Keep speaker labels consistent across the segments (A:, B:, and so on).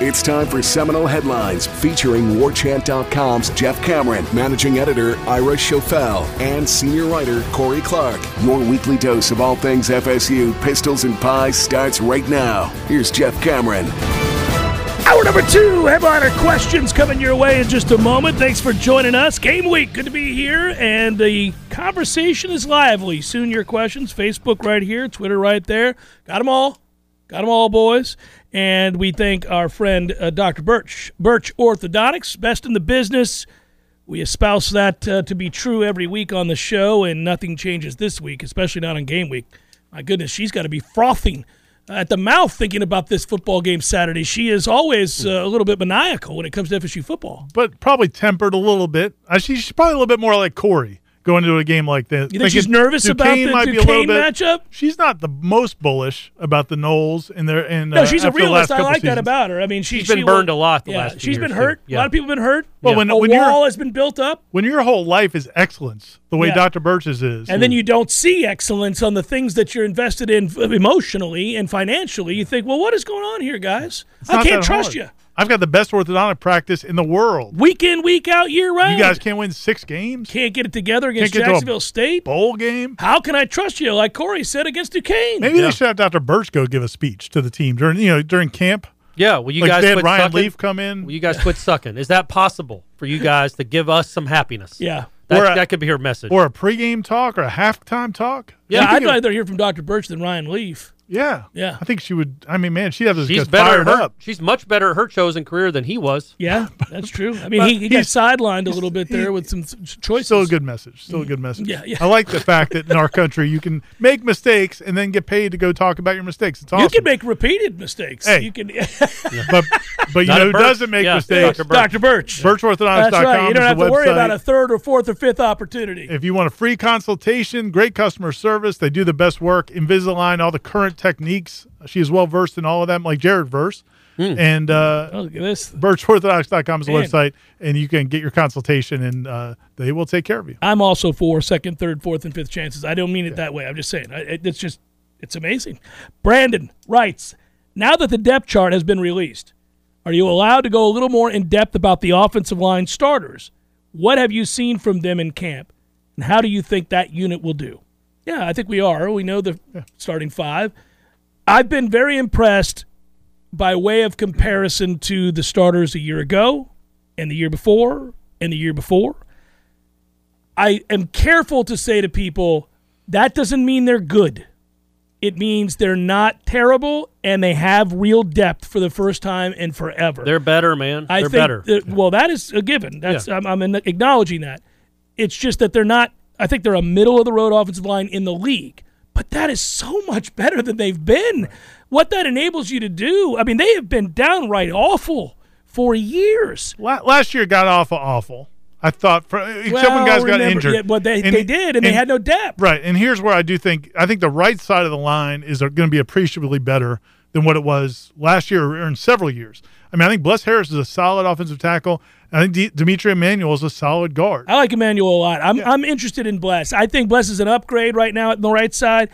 A: It's time for Seminole Headlines featuring WarChant.com's Jeff Cameron, managing editor Ira Schofel, and senior writer Corey Clark. Your weekly dose of all things FSU, pistols, and pies starts right now. Here's Jeff Cameron.
B: Hour number two, headliner questions coming your way in just a moment. Thanks for joining us. Game week, good to be here. And the conversation is lively. Soon your questions, Facebook right here, Twitter right there. Got them all. Got them all, boys. And we thank our friend uh, Dr. Birch, Birch Orthodontics, best in the business. We espouse that uh, to be true every week on the show, and nothing changes this week, especially not on game week. My goodness, she's got to be frothing at the mouth thinking about this football game Saturday. She is always uh, a little bit maniacal when it comes to FSU football.
C: but probably tempered a little bit. Uh, she- she's probably a little bit more like Corey going into a game like this.
B: You think she's nervous about the Duquesne matchup?
C: She's not the most bullish about the Knowles and their and
B: No,
C: uh,
B: she's a
C: after the last
B: realist. I
C: couple
B: like that
C: seasons.
B: about her. I mean, she,
D: She's been
B: she
D: burned
B: will-
D: a lot the
B: yeah,
D: last few
B: She's been
D: years,
B: hurt.
D: too. Yeah.
B: A lot of people have been hurt.
C: Well, when-
B: a
C: when you're-
B: wall has been built up,
C: When your whole life is excellence, the way
B: Yeah.
C: Dr. Birch's is,
B: and then you don't see excellence on the things that you're invested in f- emotionally and financially. You think, well, what is going on here, guys?
C: it's
B: I
C: not
B: can't
C: that
B: trust
C: hard.
B: you.
C: I've got the best orthodontic practice in the world.
B: Week in, week out, year round.
C: You guys can't win six games,
B: can't get it together against
C: get to a
B: Jacksonville State.
C: bowl game.
B: How can I trust you? Like Corey said against Duquesne.
C: Maybe they should have Dr. Birch go give a speech to the team during you know during camp.
D: Yeah, will you
C: Like,
D: guys
C: they had
D: quit
C: Ryan
D: sucking?
C: Leaf come in.
D: Will you guys quit sucking? Is that possible for you guys to give us some happiness?
B: Yeah.
C: Or a-
D: That, that could be her message.
C: Or a pregame talk or a halftime talk.
B: Yeah,
C: You
B: I'd
C: think it-
B: rather hear from Dr. Birch than Ryan Leaf.
C: Yeah,
B: Yeah.
C: I think she would. I mean, man, she has us
D: she's
C: just
D: better
C: fired
D: at her,
C: up.
D: She's much better at her chosen career than he was.
B: Yeah, that's true. I mean, he, he got
C: he's-
B: sidelined a little bit there with some s- choices.
C: Still a good message. Still a good message.
B: Mm. Yeah, yeah.
C: I like the fact that in our country you can make mistakes and then get paid to go talk about your mistakes. It's awesome.
B: You can make repeated mistakes.
C: Hey.
B: You can,
C: but but you
D: Not at
C: know who
D: Birch.
C: doesn't make
D: Yeah,
C: mistakes?
D: Dr. Birch.
B: Dr. Birch.
C: Birchorthodontics.com
B: That's right. You don't
C: is
B: have
C: the
B: to worry about
C: website.
B: a third or fourth or fifth opportunity.
C: If you want a free consultation, great customer service, they do the best work. Invisalign, all the current techniques. She is well versed in all of them, like Jared Verse.
D: Hmm.
C: And uh,
B: Oh, look at this.
C: birchorthodox.com is the
B: Man.
C: website, and you can get your consultation, and uh, they will take care of you.
B: I'm also for second, third, fourth, and fifth chances. I don't mean it that way. I'm just saying I, it, it's just it's amazing. Brandon writes, now that the depth chart has been released, are you allowed to go a little more in depth about the offensive line starters? What have you seen from them in camp, and how do you think that unit will do? Yeah, I think we are. We know the starting five. I've been very impressed by way of comparison to the starters a year ago, and the year before, and the year before. I am careful to say to people that doesn't mean they're good. It means they're not terrible and they have real depth for the first time and forever.
D: They're better, man.
B: I
D: They're
B: think
D: better.
B: that- well, that is a given. That's
D: Yeah.
B: I'm, I'm in- acknowledging that. It's just that they're not. I think they're a middle of the road offensive line in the league, but that is so much better than they've been. What that enables you to do, I mean, they have been downright awful for years.
C: La- Last year got awful, awful. I thought, for, except
B: Well,
C: when guys got
B: remember-
C: injured.
B: yeah, well, they,
C: And-
B: they did, and, they had no depth.
C: Right, and here's where I do think I think the right side of the line is going to be appreciably better than what it was last year or in several years. I mean, I think Bless Harris is a solid offensive tackle. and I think D- Demetri Emanuel is a solid guard.
B: I like Emmanuel a lot. I'm, I'm interested in Bless. I think Bless is an upgrade right now at the right side.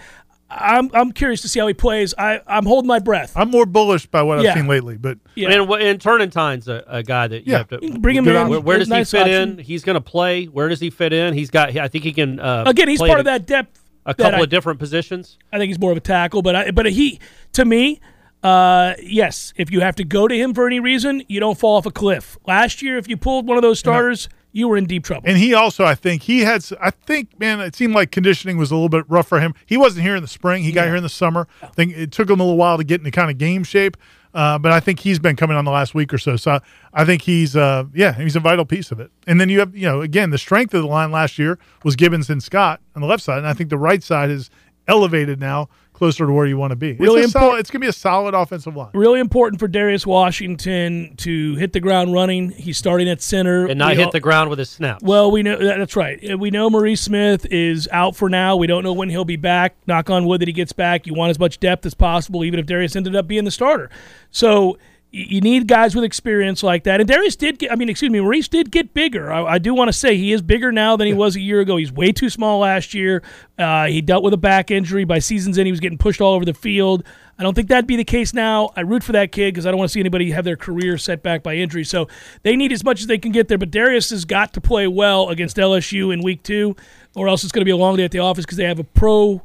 B: I'm, I'm curious to see how he plays. I, I'm holding my breath.
C: I'm more bullish by what
B: Yeah.
C: I've seen lately, but
B: Yeah.
D: And, wh- and Turnentine's a, a guy that you
C: Yeah.
D: have to
B: You can bring him
C: Good
B: in.
C: option.
D: Where, where does
B: Nice
D: he fit
B: option.
D: in? He's going to play. Where does he fit in? He's got. I think he can. Uh,
B: Again, he's
D: play
B: part
D: at
B: of that depth.
D: A
B: that
D: couple
B: I-
D: of different positions.
B: I think he's more of a tackle, but I, but he to me, Uh, yes, if you have to go to him for any reason, you don't fall off a cliff. Last year, if you pulled one of those
D: Uh-huh.
B: starters, you were in deep trouble.
C: And he also, I think, he had, s- I think, man, it seemed like conditioning was a little bit rough for him. He wasn't here in the spring. He got here in the summer. I think it took him a little while to get into kind of game shape. Uh, but I think he's been coming on the last week or so. So I, I think he's, uh, yeah, he's a vital piece of it. And then you have, you know, again, the strength of the line last year was Gibbons and Scott on the left side. And I think the right side is elevated now closer to where you want to be.
B: Really
C: it's, a solid-
B: important-
C: it's going to be a solid offensive line.
B: really important for Darius Washington to hit the ground running. He's starting at center
D: and not
B: We
D: hit
B: all-
D: the ground with his snap.
B: Well, we know that- that's right. Uh, We know Maurice Smith is out for now. We don't know when he'll be back. Knock on wood that he gets back. You want as much depth as possible, even if Darius ended up being the starter. So y- you need guys with experience like that. And Darius did get, I mean, excuse me, Maurice did get bigger. I, I do want to say he is bigger now than he was a year ago. He's way too small last year. Uh, he dealt with a back injury. By season's end, he was getting pushed all over the field. I don't think that'd be the case now. I root for that kid because I don't want to see anybody have their career set back by injury. So they need as much as they can get there. But Darius has got to play well against LSU in week two, or else it's going to be a long day at the office because they have a pro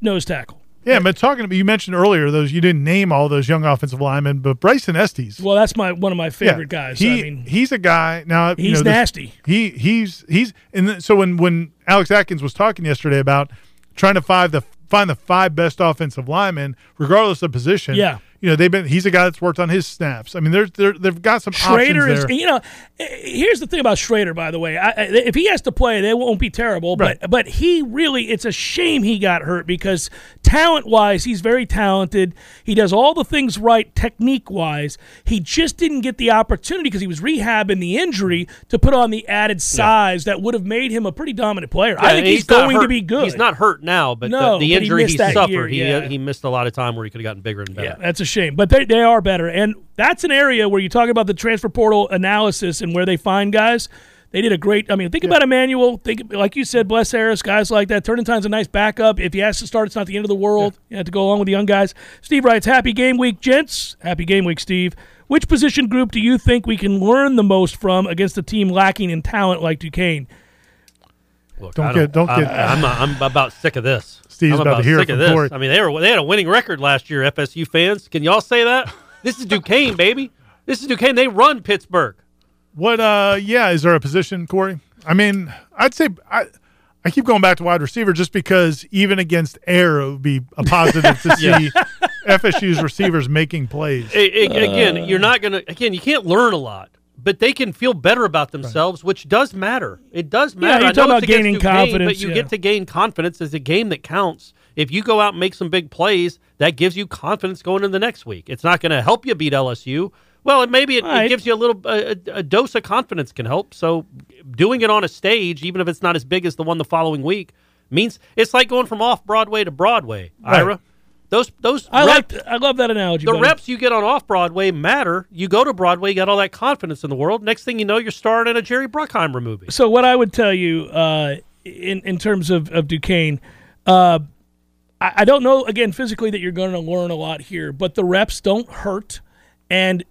B: nose tackle.
C: Yeah, but talking about, you mentioned earlier those, you didn't name all those young offensive linemen, but Bryson Estes.
B: Well, that's my one of my favorite guys.
C: He,
B: I mean,
C: he's a guy now. you
B: He's
C: know, this-
B: nasty.
C: He he's he's and th- so when when Alex Atkins was talking yesterday about trying to find the find the five best offensive linemen, regardless of position.
B: Yeah.
C: you know they've been. He's a guy that's worked on his snaps. I mean, there's there they've got some
B: Schrader
C: options
B: is.
C: there.
B: You know, eh, here's the thing about Schrader. By the way, I, I- if he has to play, they won't be terrible. But but he really, it's a shame he got hurt because talent wise, he's very talented. He does all the things right technique wise. He just didn't get the opportunity because he was rehabbing the injury to put on the added size that would have made him a pretty dominant player. I
D: Yeah,
B: think
D: and
B: he's,
D: not
B: going
D: hurt-
B: to be good.
D: He's not hurt now, but the,
B: No, but he
D: the injury
B: missed
D: he,
B: that
D: suffered,
B: year,
D: he
B: yeah.
D: he missed a lot of time where he could have gotten bigger and better.
B: Yeah, that's a shame. But they, they are better. And that's an area where you talk about the transfer portal analysis and where they find guys. They did a great. I mean, think about Emmanuel. Think like you said, Bless Harris, guys like that. Turnington's a nice backup. If he has to start, it's not the end of the world. You have to go along with the young guys. Steve writes, "Happy game week, gents. Happy game week, Steve. Which position group do you think we can learn the most from against a team lacking in talent like Duquesne?"
D: Look,
C: Don't
D: I
C: get- don't
D: I-
C: get-
D: I'm, I'm about sick of this.
C: Steve's
D: I'm
C: about to hear it
D: sick of
C: from
D: this.
C: Corey.
D: I mean, they were they had a winning record last year. FSU fans, can y'all say that? This is Duquesne, baby. This is Duquesne. They run Pittsburgh.
C: What? Uh, yeah. Is there a position, Corey? I mean, I'd say I. I keep going back to wide receiver just because even against air, it would be a positive to
D: Yeah.
C: see FSU's receivers making plays.
D: A- a- again, you're not gonna. Again, you can't learn a lot, but they can feel better about themselves, which does matter. It does matter.
B: you're
D: I know
B: talking
D: it's
B: about
D: against
B: gaining
D: Duquesne,
B: confidence,
D: but you
B: yeah.
D: get to gain confidence. It's a game that counts. If you go out and make some big plays, that gives you confidence going into the next week. It's not going to help you beat LSU. Well, it, maybe it,
B: All right.
D: it gives you a little a, a- a dose of confidence can help. So, doing it on a stage, even if it's not as big as the one the following week, means it's like going from off Broadway to Broadway. Ira, those those
B: I
D: reps-
B: like. I love that analogy.
D: the
B: buddy.
D: reps you get on off Broadway matter. You go to Broadway, you got all that confidence in the world. Next thing you know, you're starring in a Jerry Bruckheimer movie.
B: so what I would tell you uh, in in terms of of Duquesne, uh, I, I don't know again physically that you're going to learn a lot here, but the reps don't hurt, and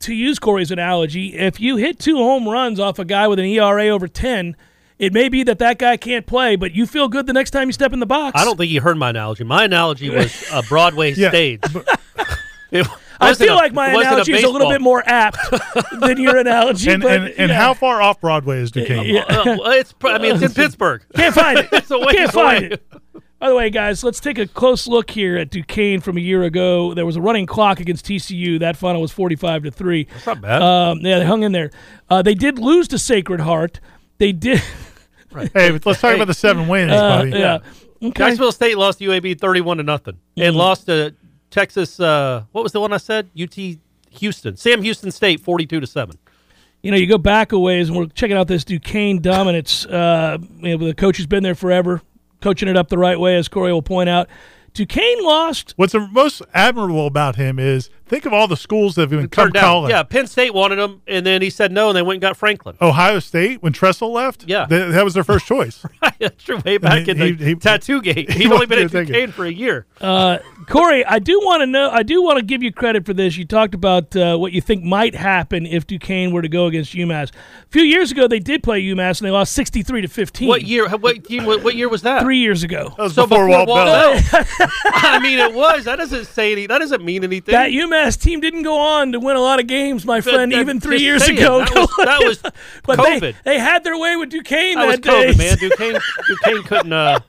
B: to use Corey's analogy, if you hit two home runs off a guy with an ERA over ten. It may be that that guy can't play, but you feel good the next time you step in the box.
D: I don't think you heard my analogy. My analogy was a Broadway
C: Yeah,
D: stage. It
B: I
D: wasn't
B: feel
D: a-
B: like my
D: it wasn't
B: analogy is a little
D: baseball.
B: bit more apt than your analogy.
C: and
B: but,
C: and, and
B: yeah.
C: how far off Broadway is Duquesne?
D: Uh, well, it's. pr- I mean, it's in Pittsburgh.
B: Can't find it.
D: It's a ways
B: Can't find
D: away.
B: it. By the way, guys, let's take a close look here at Duquesne from a year ago. There was a running clock against TCU. That final was forty-five to three. That's
D: not bad.
B: Um, yeah, they hung in there. Uh, they did lose to Sacred Heart. They did. uh,
C: Hey, but let's talk about the seven wins,
D: Uh,
C: buddy.
B: yeah. Okay.
D: Jacksonville State lost to UAB thirty-one to nothing,
B: Mm.
D: and lost to Texas. Uh, what was the one I said? UT Houston. Sam Houston State forty-two to seven.
B: you know, you go back a ways, and we're checking out this Duquesne dominance. Uh, you know, the coach has been there forever, coaching it up the right way, as Corey will point out. Duquesne lost
C: What's the most admirable about him is think of all the schools that have been come
D: Turned down.
C: calling.
D: Yeah, Penn State wanted him, and then he said no, and they went and got Franklin.
C: Ohio State when Tressel left.
D: Yeah.
C: th- that was their first choice.
D: That's true. Way back
C: he-
D: in the
C: he- he-
D: tattoo gate.
C: he
D: He'd only
C: wasn't
D: been at
C: even thinking.
D: Duquesne for a year.
B: Uh, Corey, I do want to know. I do want to give you credit for this. You talked about uh, what you think might happen if Duquesne were to go against UMass. A few years ago, they did play UMass and they lost sixty-three to fifteen.
D: What year? What, year- what year was that?
B: Three years ago.
C: That was
D: So
C: before, Walt Bell.
D: Bell. I mean, it was. That doesn't say any. That doesn't mean anything.
B: That UMass team didn't go on to win a lot of games, my
D: That-
B: friend,
D: that-
B: even three
D: just
B: years
D: saying,
B: ago.
D: that was- that was
B: but They,
D: COVID.
B: they had their way with Duquesne
D: that was
B: that,
D: COVID,
B: day.
D: man. Duquesne, Duquesne couldn't. Uh,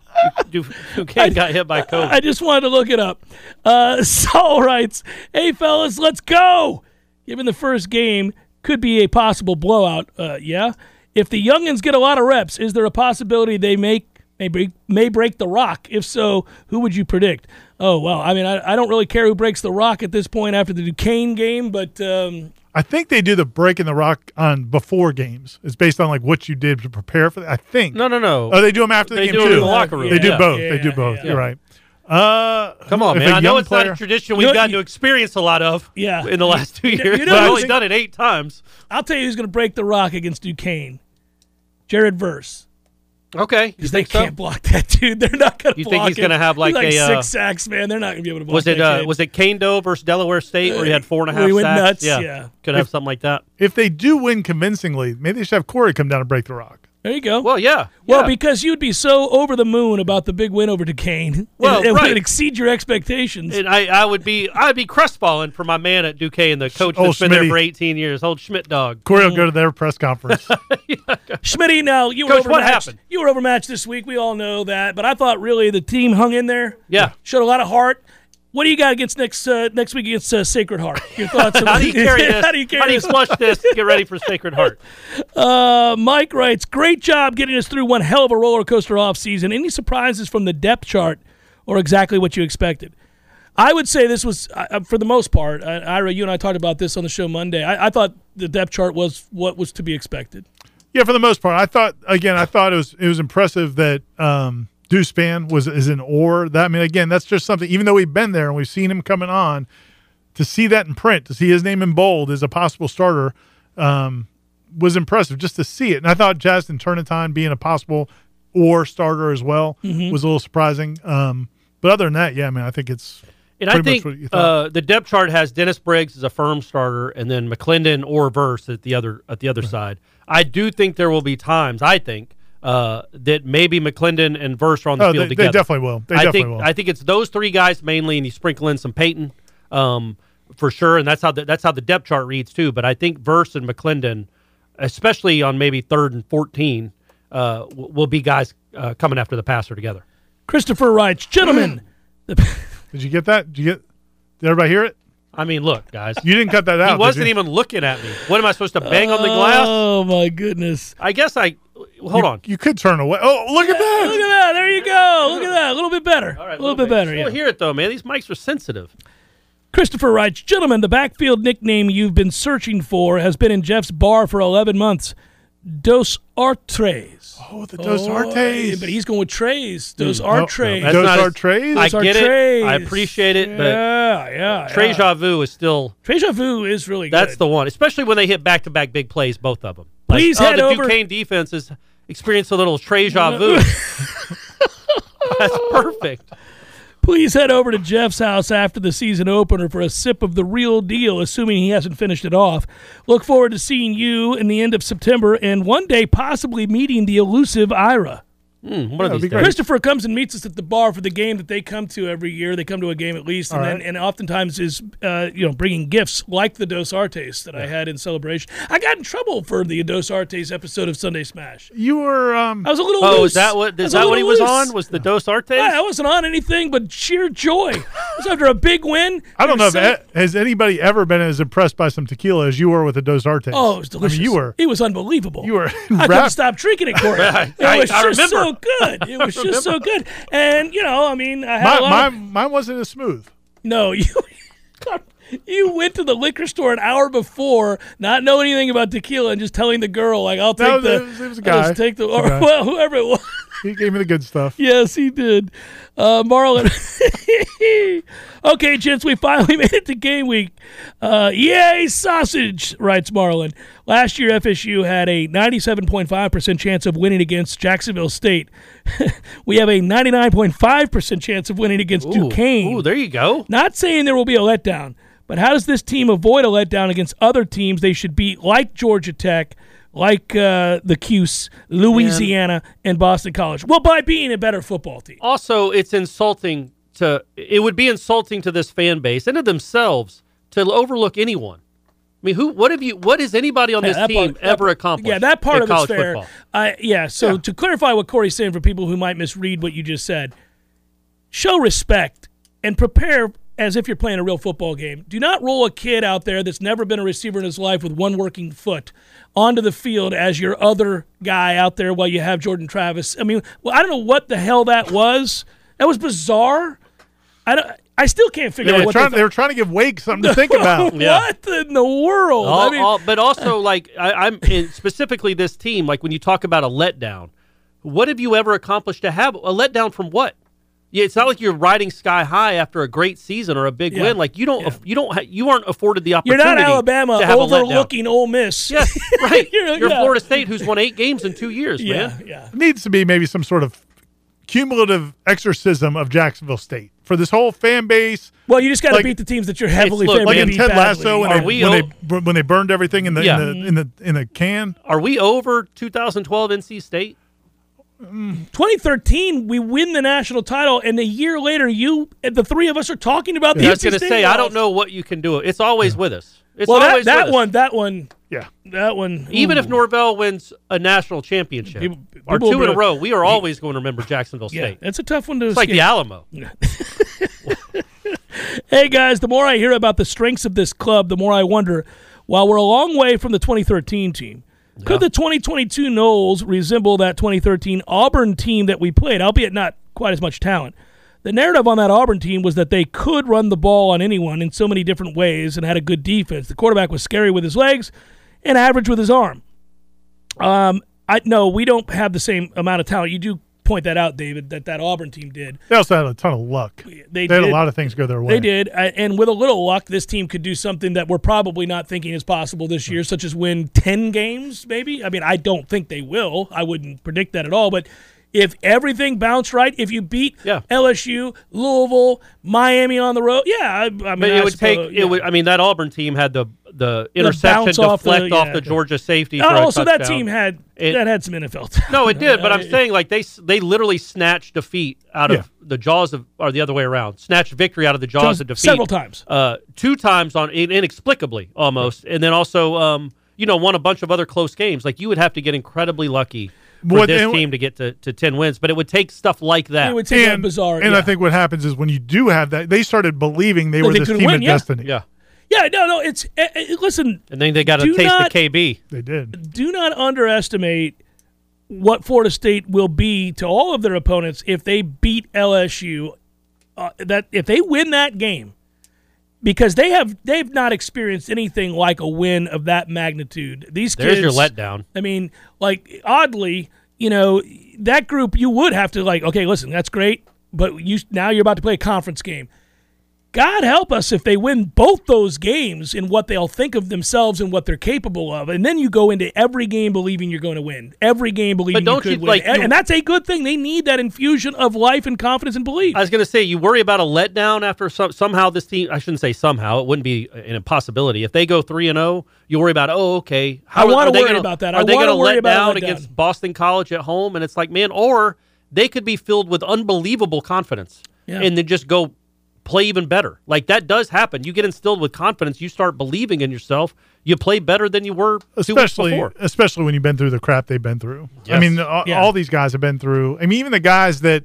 D: Du- Duquesne got hit by COVID.
B: I just wanted to look it up. Uh, Saul writes, "Hey fellas, let's go." Given the first game could be a possible blowout, uh, yeah. If the youngins get a lot of reps, is there a possibility they make may break, may break the rock? If so, who would you predict? Oh well, I mean, I, I don't really care who breaks the rock at this point after the Duquesne game, but um,
C: I think they do the break in the rock on before games. It's based on like what you did to prepare for that. I think.
D: no, no, no.
C: Oh, they do them after the
D: They
C: game
D: do it
C: too.
D: in the locker room.
C: They do
D: Yeah.
C: both.
B: Yeah,
C: they do
B: yeah,
C: both.
B: yeah.
C: You're right. Uh,
D: Come on,
C: if
D: man.
C: a
D: I know
C: young
D: it's
C: player,
D: not a tradition
B: You
D: we've
B: know-
D: gotten to experience a lot of
B: Yeah.
D: in the last two
B: know
D: years.
B: who's
D: We've only
B: ex-
D: done it eight times.
B: I'll tell you who's going to break the rock against Duquesne. Jared Verse.
D: Okay. You
B: They
D: think so?
B: can't block that dude. They're not going to.
D: You think
B: block
D: he's gonna
B: him.
D: have, like,
B: He's
D: a, uh,
B: six sacks, man? They're not going to be able to block.
D: Was it
B: that
D: uh,
B: kid.
D: was it Cane Doe versus Delaware State where he had four and a half
B: we went
D: sacks?
B: nuts, yeah.
D: Could have something like that.
C: if they do win convincingly, maybe they should have Corey come down and break the rock.
B: There you go.
D: Well, yeah.
B: Well,
D: yeah.
B: because you'd be so over the moon about the big win over Duquesne.
D: Well,
B: it, it
D: right.
B: would exceed your expectations.
D: and I, I would be I'd be crestfallen for my man at Duquesne, the coach
C: Old
D: that's been there
C: Schmitty.
D: for 18 years, old Schmidt dog.
C: Corey will go to their press conference.
B: Schmidt, now you were
D: Coach, what
B: overmatched.
D: happened?
B: You were overmatched this week. We all know that, but I thought really the team hung in there.
D: Yeah.
B: showed a lot of heart. What do you got against next uh, next week against uh, Sacred Heart? Your thoughts?
D: How do you carry this?
B: How do you carry this?
D: flush this? to Get ready for Sacred Heart.
B: Uh, Mike writes, great job getting us through one hell of a roller coaster offseason. Any surprises from the depth chart or exactly what you expected? I would say this was, uh, uh, for the most part, uh, Ira, you and I talked about this on the show Monday. I, I thought the depth chart was what was to be expected.
C: yeah, for the most part, I thought again. I thought it was it was impressive that um, Dewspan was is an or that. I mean, again, that's just something. Even though we've been there and we've seen him coming on, to see that in print, to see his name in bold as a possible starter, um, was impressive just to see it. And I thought Justin Turnitin being a possible or starter as well
D: Mm-hmm.
C: was a little surprising. Um, but other than that, yeah, I mean, I think it's
D: And
C: Pretty much
D: I
C: what you
D: think
C: thought.
D: uh, the depth chart has Dennis Briggs as a firm starter, and then McClendon or Verse at the other at the other side. I do think there will be times I think uh, that maybe McClendon and Verse are on the
C: Oh,
D: field
C: they- they
D: together.
C: definitely will. They
D: I
C: definitely
D: think
C: will.
D: I think it's those three guys mainly, and you sprinkle in some Peyton um, for sure, and that's how the, that's how the depth chart reads too. But I think Verse and McClendon, especially on maybe third and fourteen, uh, w- will be guys uh, coming after the passer together.
B: Christopher writes, gentlemen, the,
C: Did you get that? Did you get? Did everybody hear it?
D: I mean, look, guys.
C: You didn't cut that out.
D: He
C: did
D: wasn't
C: you?
D: even looking at me. What am I supposed to bang on the glass?
B: oh my goodness.
D: I guess I. Hold on.
C: You could turn away. Oh, look at that!
B: Look at that. There you go. Look at that. A little bit better.
D: All right,
B: a little, bit better.
D: Still
B: Yeah.
D: hear it though, man. These mics are sensitive.
B: Christopher writes, Gentlemen, the backfield nickname you've been searching for has been in Jeff's bar for 11 months. Dos Artres.
C: Oh, the Dos
B: Hey,
C: Artes.
B: But he's going with Trays.
D: Mm,
B: Dos
C: no,
B: Artres.
C: no, Those
D: not
C: are
D: as-
C: trays?
D: I
B: Those are
D: get it. I
B: trays.
D: appreciate it,
B: yeah, yeah.
D: but Treja Vu is still.
B: yeah. Deja Vu is really
D: That's
B: good.
D: the one, especially when they hit back to back big plays, both of them.
B: Please
D: oh,
B: head
D: the
B: over-
D: Duquesne defense has experienced a little Treja Vu. That's perfect.
B: Please head over to Jeff's house after the season opener for a sip of the real deal, assuming he hasn't finished it off. Look forward to seeing you in the end of September and one day possibly meeting the elusive Ira.
D: One of
C: that'd be
D: these
C: great.
D: days.
B: Christopher comes and meets us at the bar for the game that they come to every year. They come to a game at least, and then, and oftentimes is uh, you know bringing gifts like the Dos Artes that I had in celebration. I got in trouble for the Dos Artes episode of Sunday Smash.
C: You were um.
B: I was a little
D: Oh,
B: loose.
D: is that what
B: I
D: is
B: a
D: that what he
B: little
D: was
B: loose.
D: on? Was the Dos Artes?
B: Yeah, I wasn't on anything but sheer joy. it was after a big win.
C: I don't
B: They
C: know.
B: were
C: If,
B: so-
C: a- has anybody ever been as impressed by some tequila as you were with the Dos Artes?
B: Oh, it was
C: I mean,
B: delicious.
C: you were.
B: It was unbelievable.
C: you were
B: I couldn't
C: wrapped-
B: stop drinking it, Corey. It
D: I-
B: was
D: I
B: just so
D: remember.
B: good. It was just so good. And you know, I mean, I had
C: My,
B: a lot
C: my,
B: of
C: mine wasn't as smooth.
B: No, you you went to the liquor store an hour before, not knowing anything about tequila, and just telling the girl like, "I'll take
C: No,
B: the,
C: it was- it was a
B: I'll just
C: guy.
B: take the,
C: It
B: or
C: was a guy.
B: well, whoever it was."
C: He gave me the good stuff.
B: Yes, he did. Uh, Marlon. okay, gents, we finally made it to game week. Uh, yay, sausage, writes Marlon. Last year, FSU had a 97.5% chance of winning against Jacksonville State. we have a 99.5% chance of winning against
D: Ooh,
B: Duquesne.
D: Ooh, there you go.
B: Not saying there will be a letdown, but how does this team avoid a letdown against other teams they should beat, like Georgia Tech, like uh, the Cuse, Louisiana, and Boston College? Well, by being a better football team.
D: also it's insulting
E: to it would be insulting to this fan base and to themselves to overlook anyone. I mean, who? What have you? What has anybody on
B: Yeah,
E: this
B: that
E: team
B: part- that-
E: ever accomplished?
B: Yeah, that part
E: in
B: of it's
E: college
B: fair.
E: football?
B: I- yeah. So to clarify what Corey's saying for people who might misread what you just said, show respect and prepare as if you're playing a real football game. Do not roll a kid out there that's never been a receiver in his life with one working foot onto the field as your other guy out there while you have Jordan Travis. I mean, well, I don't know what the hell that was. That was bizarre. I don't. I still can't figure
C: They
B: out
C: were,
B: what
C: trying,
B: they
C: they were trying to give Wake something to think about.
B: thought. What in the world?
E: All-
B: I mean,
E: all- but also, like I, I'm in specifically this team. Like when you talk about a letdown, what have you ever accomplished to have a letdown from what? Yeah, it's not like you're riding sky high after a great season or a big
B: Yeah.
E: win. Like you don't,
B: Yeah.
E: you don't, ha- you aren't afforded the
B: you're
E: opportunity.
B: not Alabama
E: to have a letdown.
B: overlooking Ole Miss.
E: Yeah, right.
B: You're-
E: you're
B: yeah.
E: Florida State, who's won eight games in two years,
B: Yeah,
E: man.
B: yeah.
C: needs to be maybe some sort of cumulative exorcism of Jacksonville State for this whole fan base.
B: Well, you just got to
C: Like-
B: beat the teams that you're heavily
E: look,
B: favored
C: Like
B: to
C: in
B: beat
C: Ted
B: badly.
C: Lasso, when,
E: Are
C: they,
E: we
C: when,
E: o-
C: they, when they burned everything in the,
E: Yeah.
C: in the in the in the can.
E: Are we over 2012 NC State?
B: 2013, we win the national title, and a year later, you, the three of us, are talking about the.
E: I was
B: going to
E: say I don't know what you can do. It's always with us. It's
B: Well, that,
E: always with
B: that
E: us.
B: one, that one,
C: Yeah,
B: that one.
E: Even
B: ooh.
E: if Norvell wins a national championship
B: People-
E: or
B: people
E: two in a
B: will-
E: row, we are always going to remember Jacksonville
B: yeah,
E: State.
B: that's a tough one to.
E: It's like the
B: escape.
E: Alamo.
B: Hey guys, the more I hear about the strengths of this club, the more I wonder. While we're a long way from the 2013 team, could the 2022 Knowles resemble that 2013 Auburn team that we played, albeit not quite as much talent? The narrative on that Auburn team was that they could run the ball on anyone in so many different ways and had a good defense. The quarterback was scary with his legs and average with his arm. Um, I no, we don't have the same amount of talent. You do point that out, David, that that Auburn team did.
C: they also had a ton of luck. They,
B: They,
C: had
B: did.
C: a lot of things go their way.
B: They did, I- and with a little luck, this team could do something that we're probably not thinking is possible this year, such as win ten games. Maybe I mean I don't think they will. I wouldn't predict that at all. But if everything bounced right, if you beat
E: Yeah.
B: LSU, Louisville, Miami on the road, yeah, I, I mean
E: But
B: I
E: it would take.
B: suppose-
E: It
B: yeah.
E: would. I mean, that Auburn team had the the interception
B: bounce
E: deflect
B: off
E: off
B: the-
E: the,
B: yeah.
E: Georgia safety. for a
B: Oh, so that
E: touchdown.
B: team had
E: It-
B: that had some NFL. Uh, Talent.
E: No, it did. But I'm saying like they s- they literally snatched defeat out
C: Yeah.
E: of the jaws of, or the other way around, snatched victory out of the jaws of defeat
B: several times.
E: uh, two times on in- inexplicably almost, and then also um, you know won a bunch of other close games. Like you would have to get incredibly lucky for
C: Well,
E: this
C: and-
E: team to get to, to ten wins, but it would take stuff like that.
B: It would take
C: And,
B: that bizarre.
C: and
B: yeah.
C: I think what happens is when you do have that, they started believing they
B: That
C: were
B: they
C: this
B: could
C: team
B: win,
C: of
B: yeah.
C: destiny.
E: yeah,
B: yeah, no, no, it's eh, eh, listen.
E: and then they got to
B: Do
E: taste
B: not-
E: the KB.
C: They did.
B: do not underestimate what Florida State will be to all of their opponents if they beat LSU. Uh, that if they win that game, because they have they've not experienced anything like a win of that magnitude. These
E: There's
B: kids,
E: your letdown.
B: I mean, like oddly, you know, that group you would have to like. Okay, listen, that's great, but you now you're about to play a conference game. God help us if they win both those games in what they'll think of themselves and what they're capable of, and then you go into every game believing you're going to win, every game believing
E: don't
B: you could
E: you,
B: win,
E: like,
B: and,
E: you-
B: and that's a good thing. They need that infusion of life and confidence and belief.
E: I was going to say you worry about a letdown after some, somehow this team. I shouldn't say somehow; it wouldn't be an impossibility. If they go three and zero, you worry about oh, okay.
B: I
E: are-
B: wanna
E: are they
B: worry
E: gonna-
B: about that.
E: Are
B: I
E: they
B: wanna
E: gonna
B: worry
E: let
B: about a
E: down
B: letdown.
E: against Boston College at home? And it's like, man, or they could be filled with unbelievable confidence
B: Yeah.
E: and then just go play even better. Like that does happen. You get instilled with confidence. You start believing in yourself. You play better than you were two weeks
C: especially
E: before.
C: especially when you've been through the crap they've been through. I
E: Yes.
C: mean, all,
B: Yeah.
C: all these guys have been through. I mean, even the guys that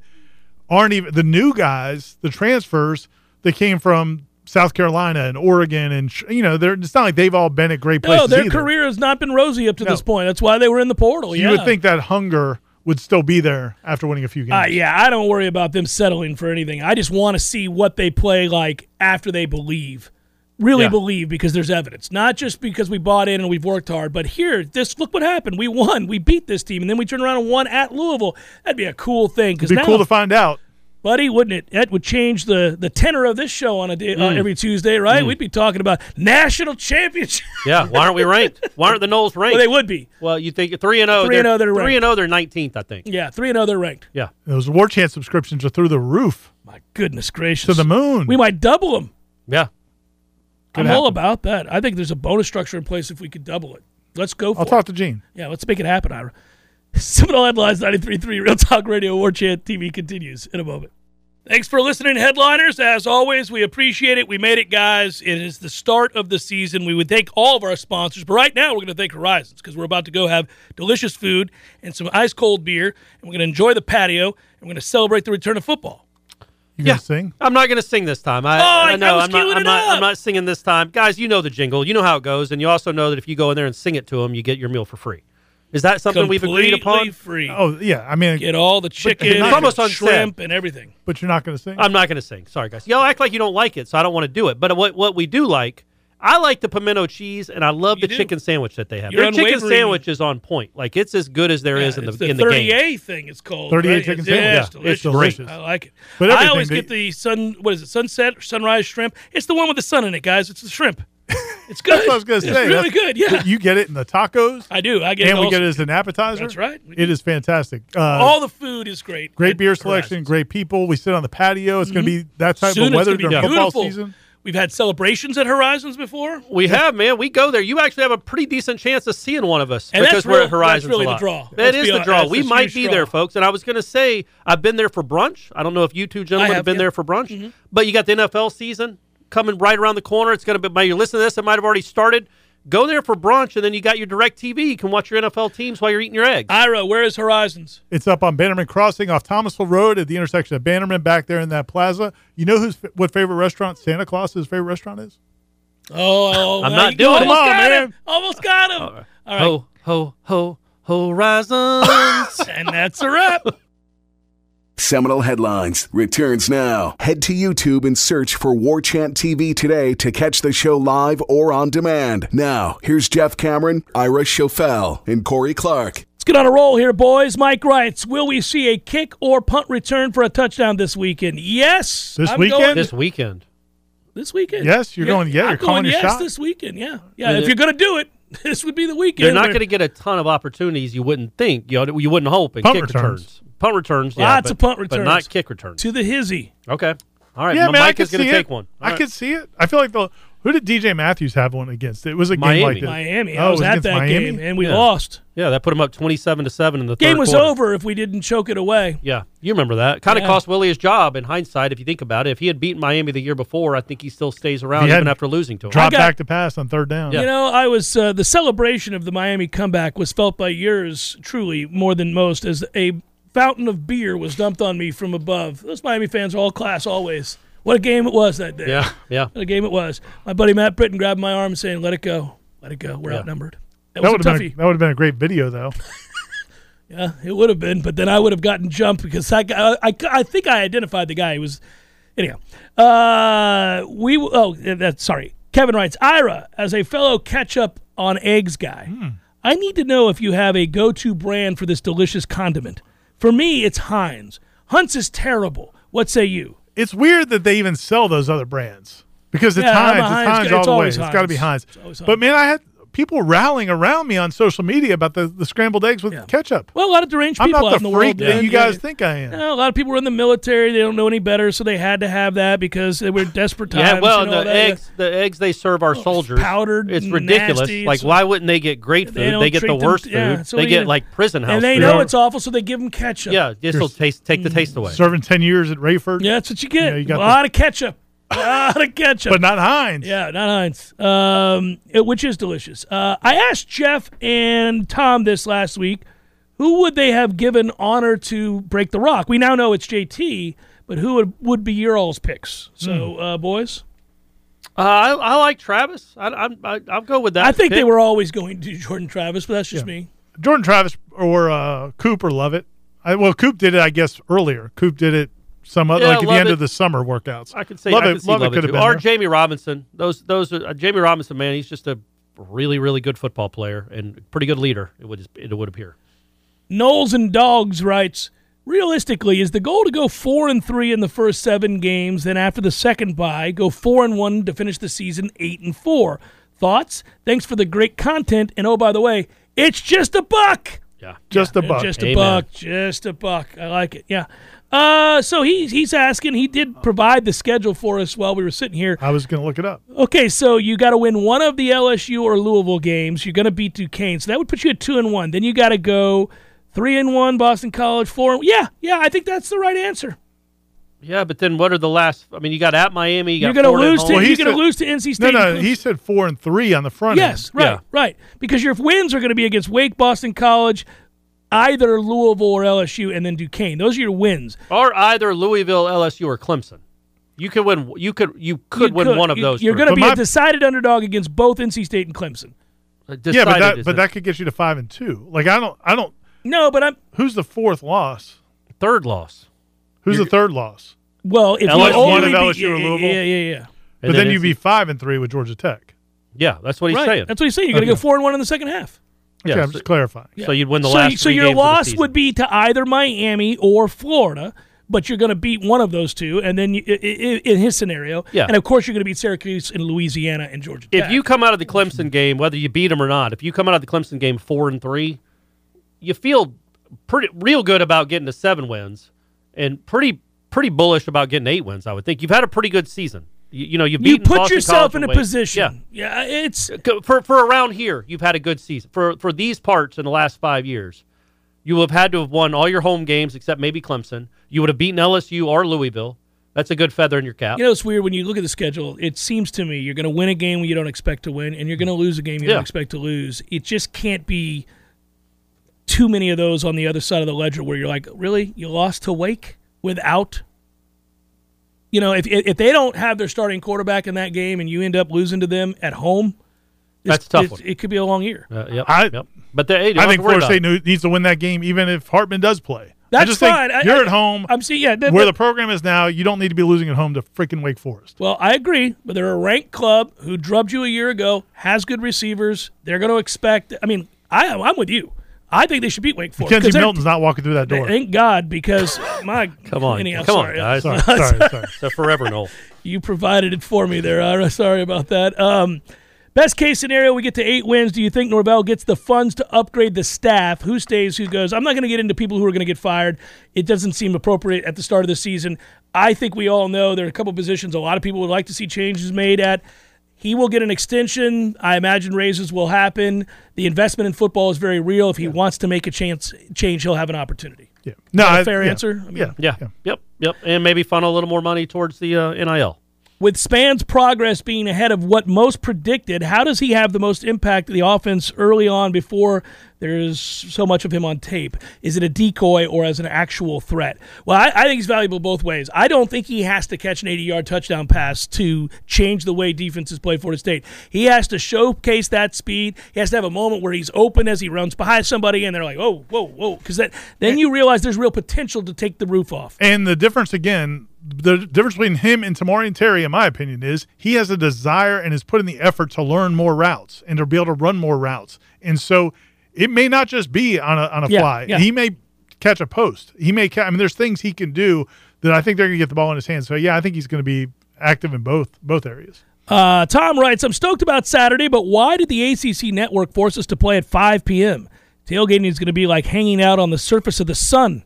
C: aren't even the new guys, the transfers that came from South Carolina and Oregon, and sh- you know, they're it's not like they've all been at great places.
B: no, their
C: either.
B: career has not been rosy up to
C: No.
B: this point. That's why they were in the portal.
C: You
B: yeah.
C: would think that hunger would still be there after winning a few games.
B: Uh, yeah, I don't worry about them settling for anything. I just want to see what they play like after they believe, really
E: Yeah.
B: believe, because there's evidence. Not just because we bought in and we've worked hard, but here, this look what happened. We won, we beat this team, and then we turn around and won at Louisville. That'd be a cool thing. Because
C: It'd be
B: now,
C: cool to find out.
B: buddy, wouldn't it? That would change the the tenor of this show on a day, uh, every Tuesday, right? We'd be talking about national championship.
E: yeah. Why aren't we ranked? Why aren't the Knowles ranked?
B: well, they would be.
E: Well, you think three and
D: oh,
E: zero.
B: 3-0, oh, they're
E: three
B: ranked.
E: and zero. They're nineteenth, I think.
B: Yeah, three and oh, they're ranked.
E: Yeah.
C: Those war chant subscriptions are through the roof
B: My goodness gracious,
C: to the moon.
B: We might double them.
E: Yeah.
B: I'm
C: happen.
B: all about that. I think there's a bonus structure in place if we could double it. Let's go for
C: I'll
B: it.
C: talk to Gene.
B: yeah, let's make it happen, Ira. Seminole Headlines 93.3 Real Talk Radio War Chant TV continues in a moment. Thanks for listening, headliners. As always, we appreciate it. We made it, guys. It is the start of the season. We would thank all of our sponsors, but right now we're going to thank Horizons because we're about to go have delicious food and some ice cold beer, and we're going to enjoy the patio and we're going to celebrate the return of football.
C: You gonna sing?
B: Uh,
D: I'm not going to sing this time. I,
B: Oh, I-
D: I know.
B: I was
D: am not,
B: queuing
D: I'm,
B: it
D: not,
B: up.
D: I'm not singing this time. Guys, you know the jingle. You know how it goes. And you also know that if you go in there and sing it to them, you get your meal for free. Is that something we've agreed upon?
B: Completely free.
C: Oh yeah. I mean,
B: Get all the chicken,
C: it's
B: and
D: almost
B: the
D: unsaid.
B: shrimp, and everything.
C: but you're not gonna sing.
D: I'm not going to sing. Sorry, guys. Y'all act like you don't like it, so I don't want to do it. But what what we do like, I like the pimento cheese, and I love
B: You
D: the
B: do.
D: chicken sandwich that they have.
B: You're
D: Their chicken
B: unwavering.
D: sandwich is on point. Like it's as good as there is in the,
B: It's the
D: in the game.
B: 38 thing it's called.
C: 38
B: right?
C: chicken
B: yeah,
C: sandwich.
B: It's
C: Yeah,
B: delicious.
C: it's delicious.
B: I like it.
C: But
B: I
C: everything
B: always
C: they-
B: get the sun. What is it? Sunset or sunrise shrimp? It's the one with the sun in it, guys. It's the shrimp. It's good.
C: That's what I was gonna say.
B: It's really
C: That's-
B: good. Yeah,
C: You get it in the tacos,
B: I do. I get.
C: and
B: it
C: we
B: also.
C: get it as an appetizer.
B: That's right.
C: It is fantastic. Uh,
B: All the food is great.
C: great
B: at
C: beer selection,
B: Horizons.
C: great people. We sit on the patio. It's gonna be that type
B: Mm-hmm. Soon
C: of
B: it's
C: weather
B: gonna be
C: during football
B: beautiful.
C: season.
B: We've had celebrations at Horizons before.
D: We have, man. We go there. You actually have a pretty decent chance of seeing one of us
B: And
D: because
B: that's
D: we're
B: real-
D: at Horizons
B: that's really
D: a
B: the
D: lot.
B: draw.
D: That
B: Let's
D: is
B: be
D: the
B: hon-
D: draw.
B: that's
D: We
B: the
D: might
B: huge
D: be
B: draw.
D: there, folks. And I was going to say, I've been there for brunch. I don't know if you two gentlemen
B: I
D: have,
B: have,
D: been
B: yeah. Mm-hmm.
D: there for brunch, but you got the NFL season coming right around the corner. It's going to be. By you listen to this, it might have already started. Go there for brunch, and then you got your Direct TV. You can watch your NFL teams while you're eating your eggs.
B: Ira, where is Horizons?
C: It's up on Bannerman Crossing off Thomasville Road at the intersection of Bannerman back there in that plaza. You know who's what favorite restaurant Santa Claus's favorite restaurant is?
B: Oh,
D: I'm
B: now
D: not
B: you-
D: doing it.
B: almost
D: Come on,
B: got Him.
D: man.
B: Almost got him. All right.
D: Ho ho ho Horizons.
B: and that's a wrap.
A: Seminal Headlines returns now. Head to YouTube and search for War Chant TV today to catch the show live or on demand. Now, here's Jeff Cameron, Ira Schofel, and Corey Clark.
B: Let's get on a roll here, boys. Mike writes, will we see a kick or punt return for a touchdown this weekend? Yes.
C: This
B: I'm
C: weekend?
B: Going
D: this weekend.
B: this weekend.
C: Yes, you're going- yeah,
B: I'm
C: you're calling
B: going
C: your
B: yes
C: shot.
B: this weekend. Yeah,
D: Yeah,
B: yeah. If
D: they-
B: you're going to do it, this would be the weekend.
D: They're not going to get a ton of opportunities. You wouldn't think. You, know, you wouldn't hope. And
C: Punt
D: kick
C: returns.
D: Punt returns. Yeah,
B: Lots
D: but-
B: of punt
D: but
B: returns.
D: not kick returns.
B: to the hizzy.
D: Okay. All right.
C: yeah,
D: M-
C: man, I
D: Mike
C: could
D: is going
C: see
D: to
C: it.
D: take one.
C: I could see it. I feel like the who did DJ Matthews have one against? It was a
D: Miami.
C: game like this.
B: Miami.
C: Oh,
B: I
C: it
B: was, at
C: against
B: that
C: Miami?
B: game and we
D: Yeah.
B: lost.
D: Yeah, that put him up twenty-seven to seven in the
B: Game
D: third
B: was
D: quarter.
B: over if we didn't choke it away.
D: Yeah, you remember that. Kind of
B: Yeah.
D: cost Willie his job in hindsight, if you think about it. If he had beaten Miami the year before, I think he still stays around
C: He
D: even
C: hadn't
D: after losing to him.
C: Drop
B: got-
C: back to pass on third down.
B: You know, I was uh, the celebration of the Miami comeback was felt by yours truly more than most as a fountain of beer was dumped on me from above. Those Miami fans are all class always. What a game it was that day.
D: Yeah, yeah.
B: What a game it was. My buddy Matt Britton grabbed my arm saying, "Let it go, let it go. We're
D: Yeah.
B: outnumbered."
C: That
B: That, was
C: would
B: a
C: have
B: toughie.
C: been a, that would have been a great video though.
B: Yeah, Uh, it would have been, but then I would have gotten jumped because that guy, I, I think I identified the guy. He was, anyhow. Uh, we oh that's sorry. Kevin writes Ira as a fellow ketchup on eggs guy.
C: Hmm.
B: I need to know if you have a go-to brand for this delicious condiment. For me, it's Heinz. Hunt's is terrible. What say you?
C: it's weird that they even sell those other brands because it's
B: Yeah,
C: Heinz.
B: I'm a
C: It's
B: Heinz
C: Heinz,
B: guy.
C: all
B: It's
C: the way.
B: always
C: It's got to be
B: Heinz.
C: Heinz.
B: It's always
C: But man, I had people rallying around me on social media about the, the scrambled eggs with ketchup.
B: Well, a lot of deranged
C: I'm
B: people
C: not
B: out
C: the
B: in the
C: freak
B: world.
C: that
B: do.
C: you
B: Yeah.
C: guys think I am.
B: Yeah, a lot of people were in the military. They don't know any better, so they had to have that because they were desperate times.
D: Yeah, well,
B: you know,
D: the
B: that-
D: eggs, the eggs they serve our soldiers,
B: powdered
D: It's
B: and
D: ridiculous.
B: nasty,
D: like,
B: it's-
D: why wouldn't they get great food?
B: They
D: They,
B: don't
D: get
B: treat
D: the
B: them-
D: worst food.
B: yeah, so
D: they
B: we-
D: get like prison house.
B: And they
D: food.
B: know it's Mm. awful, so they give them ketchup.
D: Yeah, this will taste take the taste away.
C: Serving ten years at Rayford,
B: Yeah, that's what you get.
C: Yeah, you
B: a
C: got the-
B: lot of ketchup. A lot of ketchup.
C: but not Heinz.
B: yeah, not Heinz, um, it- which is delicious. Uh, I asked Jeff and Tom this last week. Who would they have given honor to break the rock? We now know it's JT, but who would, would be your all's picks?
D: Hmm.
B: So, uh, boys,
D: Uh, I, I like Travis. I, I'm- I, I'll go with that.
B: I think they
D: pick.
B: were always going to Jordan Travis, but that's just me.
C: Jordan Travis or uh, Coop or Lovett. I, well, Coop did it, I guess, earlier. Coop did it some other,
D: Yeah,
C: like at the end
D: Lovett-
C: of the summer workouts.
D: I could say
C: Lovett,
D: I could see
C: Lovett
D: Lovett
C: could have
D: too.
C: been.
D: or
C: there.
D: Jamie Robinson. Those those are, uh, Jamie Robinson, man, he's just a really really good football player and pretty good leader. It would it would appear.
B: Knowles and Dogs writes, realistically, is the goal to go four and three in the first seven games, then after the second bye, go four and one to finish the season eight and four? Thoughts? Thanks for the great content. And oh, by the way, it's just a buck.
D: Yeah.
C: just a buck.
B: Just a
D: Amen.
B: buck. Just a buck. I like it. Yeah. Uh, so he's he's asking. He did provide the schedule for us while we were sitting here.
C: I was going to look it up.
B: Okay, so you got to win one of the LSU or Louisville games. You're going to beat Duquesne, so that would put you at two and one. Then you got to go three and one Boston College, four. And, yeah, yeah, I think that's the right answer.
D: Yeah, but then what are the last? I mean, you got at Miami. You got
B: You're going to
D: Florida at
B: lose to
D: home.
C: Well, he
B: you're going
C: said-
B: to lose to NC
C: No,
B: State.
C: no,
B: inclusive.
C: he said four and three on the front
B: Yes,
C: end.
B: right,
D: Yeah.
B: right. Because your wins are going to be against Wake, Boston College, either Louisville or LSU, and then Duquesne. Those are your wins.
D: Or either Louisville, LSU, or Clemson. You could win. You could. You could
B: You
D: win
B: could-
D: one of
B: you-
D: those.
B: You're
D: three.
B: going to
C: But
B: be
C: my-
B: a decided underdog against both NC State and Clemson.
D: Uh,
C: Yeah, but
D: decided
C: that
D: is
C: but
D: the
C: that could get you to five and two. Like I don't I don't
B: No, but I'm
C: who's the fourth loss?
D: third loss.
C: Who's the third loss?
B: well. If
D: LSU
B: you only
C: and
B: beat-
C: LSU or
B: yeah,
C: Louisville?
B: yeah, yeah, yeah.
D: And
C: But then you'd be
D: it's-
C: five and three with Georgia Tech.
D: Yeah, that's what he's
B: right.
D: saying.
B: That's what he's saying. You're going to
C: Okay.
B: go four and one in the second half.
C: Okay,
D: Yeah,
C: I'm
D: so-
C: just clarifying.
D: So you'd win the
B: so,
D: last.
B: so
D: three
B: your
D: games of the
B: loss
D: season.
B: would be to either Miami or Florida, but you're going to beat one of those two, and then you, i- i- in his scenario,
D: Yeah.
B: and of course you're going to beat Syracuse and Louisiana and Georgia.
D: if
B: Tech.
D: you come out of the Clemson game, whether you beat them or not. If you come out of the Clemson game four and three, you feel pretty real good about getting to seven wins, and pretty pretty bullish about getting eight wins. I would think you've had a pretty good season. You, you know, you've
B: you
D: beaten
B: put
D: Boston
B: yourself
D: College
B: in a
D: away. Yeah.
B: position. Yeah, it's
D: Go- for for around here, you've had a good season. For for these parts in the last five years, you will have had to have won all your home games except maybe Clemson. You would have beaten LSU or Louisville. That's a good feather in your cap.
B: you know it's weird when you look at the schedule. It seems to me you're going to win a game you don't expect to win, and you're going to lose a game you
D: Yeah.
B: don't expect to lose. It just can't be too many of those on the other side of the ledger where you're like, really, you lost to Wake without. You know, if if they don't have their starting quarterback in that game and you end up losing to them at home,
D: That's
B: it's-
D: a tough
B: it's-
D: one.
B: It could be a long year.
D: Uh, yep,
C: I-
D: yep. But they, hey,
C: I think Florida
D: Florida
C: State knew- needs to win that game, even if Hartman does play. I
B: That's
C: just
B: fine. I-
C: Think you're
B: I-
C: at home.
B: I'm seeing, yeah, that-
C: where
B: that-
C: the program is now, you don't need to be losing at home to freaking Wake Forest.
B: Well, I agree, but they're a ranked club who drubbed you a year ago, has good receivers. They're going to expect. I mean, I, I'm with you. I think they should beat Wake Forest.
C: Kenzie
B: 'cause they're-
C: Milton's not walking through that door.
B: Thank God, because my
D: Come on,
B: anyhow,
D: come on,
B: sorry.
D: guys.
C: sorry, sorry, sorry.
D: It's a forever no.
B: You provided it for me there. Ira. Sorry about that. Um, best case scenario, we get to eight wins. Do you think Norvell gets the funds to upgrade the staff? Who stays? Who goes? I'm not going to get into people who are going to get fired. It doesn't seem appropriate at the start of the season. I think we all know there are a couple positions a lot of people would like to see changes made at. He will get an extension. I imagine raises will happen. The investment in football is very real. If he wants to make a chance change, he'll have an opportunity.
C: Yeah. No, I-
B: fair
C: yeah.
B: answer? I mean-
C: yeah.
D: Yeah. Yep. Yep. And maybe funnel a little more money towards the uh, NIL.
B: With Span's progress being ahead of what most predicted, how does he have the most impact of the offense early on before there's so much of him on tape? Is it a decoy or as an actual threat? Well, I, I think he's valuable both ways. I don't think he has to catch an 80 yard touchdown pass to change the way defenses play Florida State. He has to showcase that speed. He has to have a moment where he's open as he runs behind somebody and they're like, whoa, whoa, whoa. Because that, then you realize there's real potential to take the roof off.
C: And the difference again, the difference between him and Tamari and Terry, in my opinion, is he has a desire and is putting the effort to learn more routes and to be able to run more routes. And so it may not just be on a on a
B: Yeah,
C: fly.
B: yeah.
C: He may catch a post. He may. Ca- I mean, there's things he can do that I think they're going to get the ball in his hands. So yeah, I think he's going to be active in both both areas.
B: Uh, Tom writes, I'm stoked about Saturday, but why did the ACC network force us to play at 5 p.m.? Tailgating is going to be like hanging out on the surface of the sun.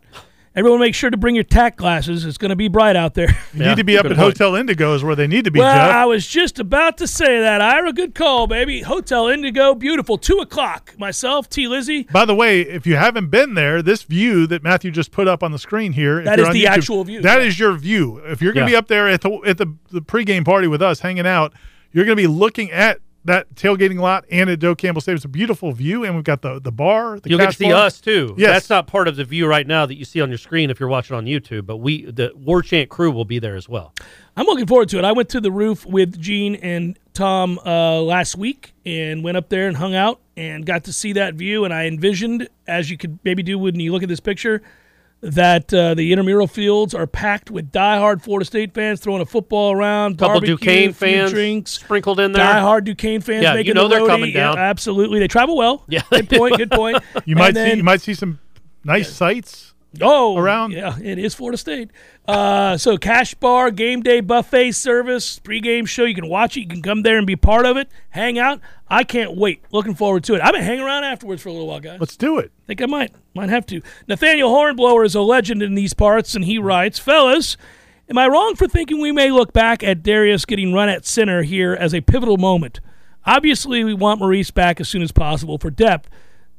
B: Everyone make sure to bring your tack glasses. It's going to be bright out there.
C: You need to be up at Hotel Indigo is where they need to be.
B: well,
C: Jeff.
B: I was just about to say that. Ira, good call, baby. Hotel Indigo, beautiful. 2 o'clock. Myself, T. Lizzie.
C: By the way, if you haven't been there, this view that Matthew just put up on the screen here, if
B: That
C: you're
B: is
C: on
B: the
C: YouTube,
B: actual view,
C: That is
B: yeah.
C: your view. If you're going to
D: Yeah.
C: be up there at the at the, the pregame party with us, hanging out, you're going to be looking at that tailgating lot and at Doe Campbell Stadium. It's a beautiful view, and we've got the the bar. The
D: You'll get
C: cash
D: to see
C: bar.
D: us too.
C: Yes.
D: That's not part of the view right now that you see on your screen if you're watching on YouTube, but we the War Chant crew will be there as well.
B: I'm looking forward to it. I went to the roof with Gene and Tom uh, last week and went up there and hung out and got to see that view. And I envisioned, as you could maybe do when you look at this picture, that uh, the intramural fields are packed with diehard Florida State fans throwing a football around,
D: Couple
B: barbecue, a
D: Duquesne
B: few
D: fans
B: drinks,
D: sprinkled in there.
B: Diehard Duquesne fans
D: Yeah, you
B: making
D: know
B: the
D: they're
B: roadie.
D: coming down.
B: Yeah, absolutely, they travel well.
D: Yeah,
B: good point. Good point.
C: You
B: And
C: might see
B: then-
C: you might see some nice sights.
B: Oh,
C: around.
B: Yeah, it is Florida State. Uh, so cash bar, game day buffet service, pregame show. You can watch it. You can come there and be part of it. Hang out. I can't wait. Looking forward to it. I'm gonna hang around afterwards for a little while, guys.
C: Let's do it.
B: think I might might have to. Nathaniel Hornblower is a legend in these parts, and he writes, "Fellas, am I wrong for thinking we may look back at Darius getting run at center here as a pivotal moment? Obviously, we want Maurice back as soon as possible for depth."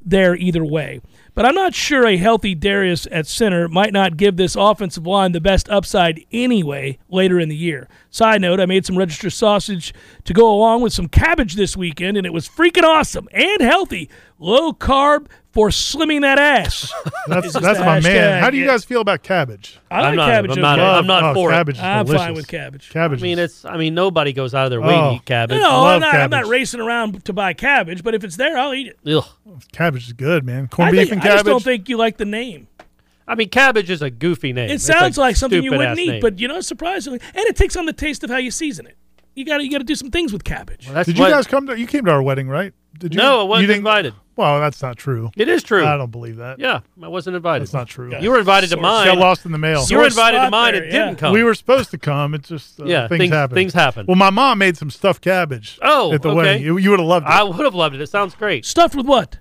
B: there either way. But I'm not sure a healthy Darius at center might not give this offensive line the best upside anyway later in the year. Side note, I made some register sausage to go along with some cabbage this weekend, and it was freaking awesome and healthy. Low carb for slimming that ass.
C: That's
B: just
C: that's
B: the
C: my man.
B: hashtag,
C: How do you
B: yeah.
C: guys feel about cabbage?
B: I like
D: I'm not-
B: cabbage.
D: I'm
B: as
D: not-
B: well.
D: I'm not
C: oh,
D: for it.
C: cabbage is
B: I'm
C: delicious.
B: fine with cabbage.
C: Cabbage.
D: I mean,
C: is-
D: it's. I mean, nobody goes out of their way
C: Oh.
D: to eat cabbage.
B: No,
C: love
B: I'm not, I'm not
C: cabbage.
B: racing around to buy cabbage, but if it's there, I'll eat it.
D: Ugh.
C: cabbage is good, man. Corned
B: I,
C: beef
B: think-
C: and
B: I just
C: cabbage.
B: don't think you like the name.
D: I mean, cabbage is a goofy name.
B: It
D: It's a
B: sounds like something you wouldn't
D: stupid-ass
B: eat,
D: name.
B: but you know, surprisingly, and it takes on the taste of how you season it. You got to you got to do some things with cabbage.
D: That's
C: Did you
D: what-
C: guys come to? You came to our wedding, right? Did you?
D: No, I
C: you
D: wasn't
C: didn't-
D: invited.
C: Well, that's not true.
D: It is true.
C: I don't believe that.
D: Yeah, I wasn't invited.
C: that's not true.
D: You were invited to
B: Source.
D: mine.
C: got lost in the mail.
D: You were
B: Source
D: invited to
B: spot
D: mine.
B: there,
D: it
B: yeah.
D: didn't come.
C: we were supposed to come. It's just uh,
D: Yeah,
C: things,
D: things-
C: happen.
D: things happen.
C: Well, my mom made some stuffed cabbage.
D: Oh,
C: at the
D: okay.
C: wedding, you, you would have loved it.
D: I would have loved it. It sounds great.
B: Stuffed with what?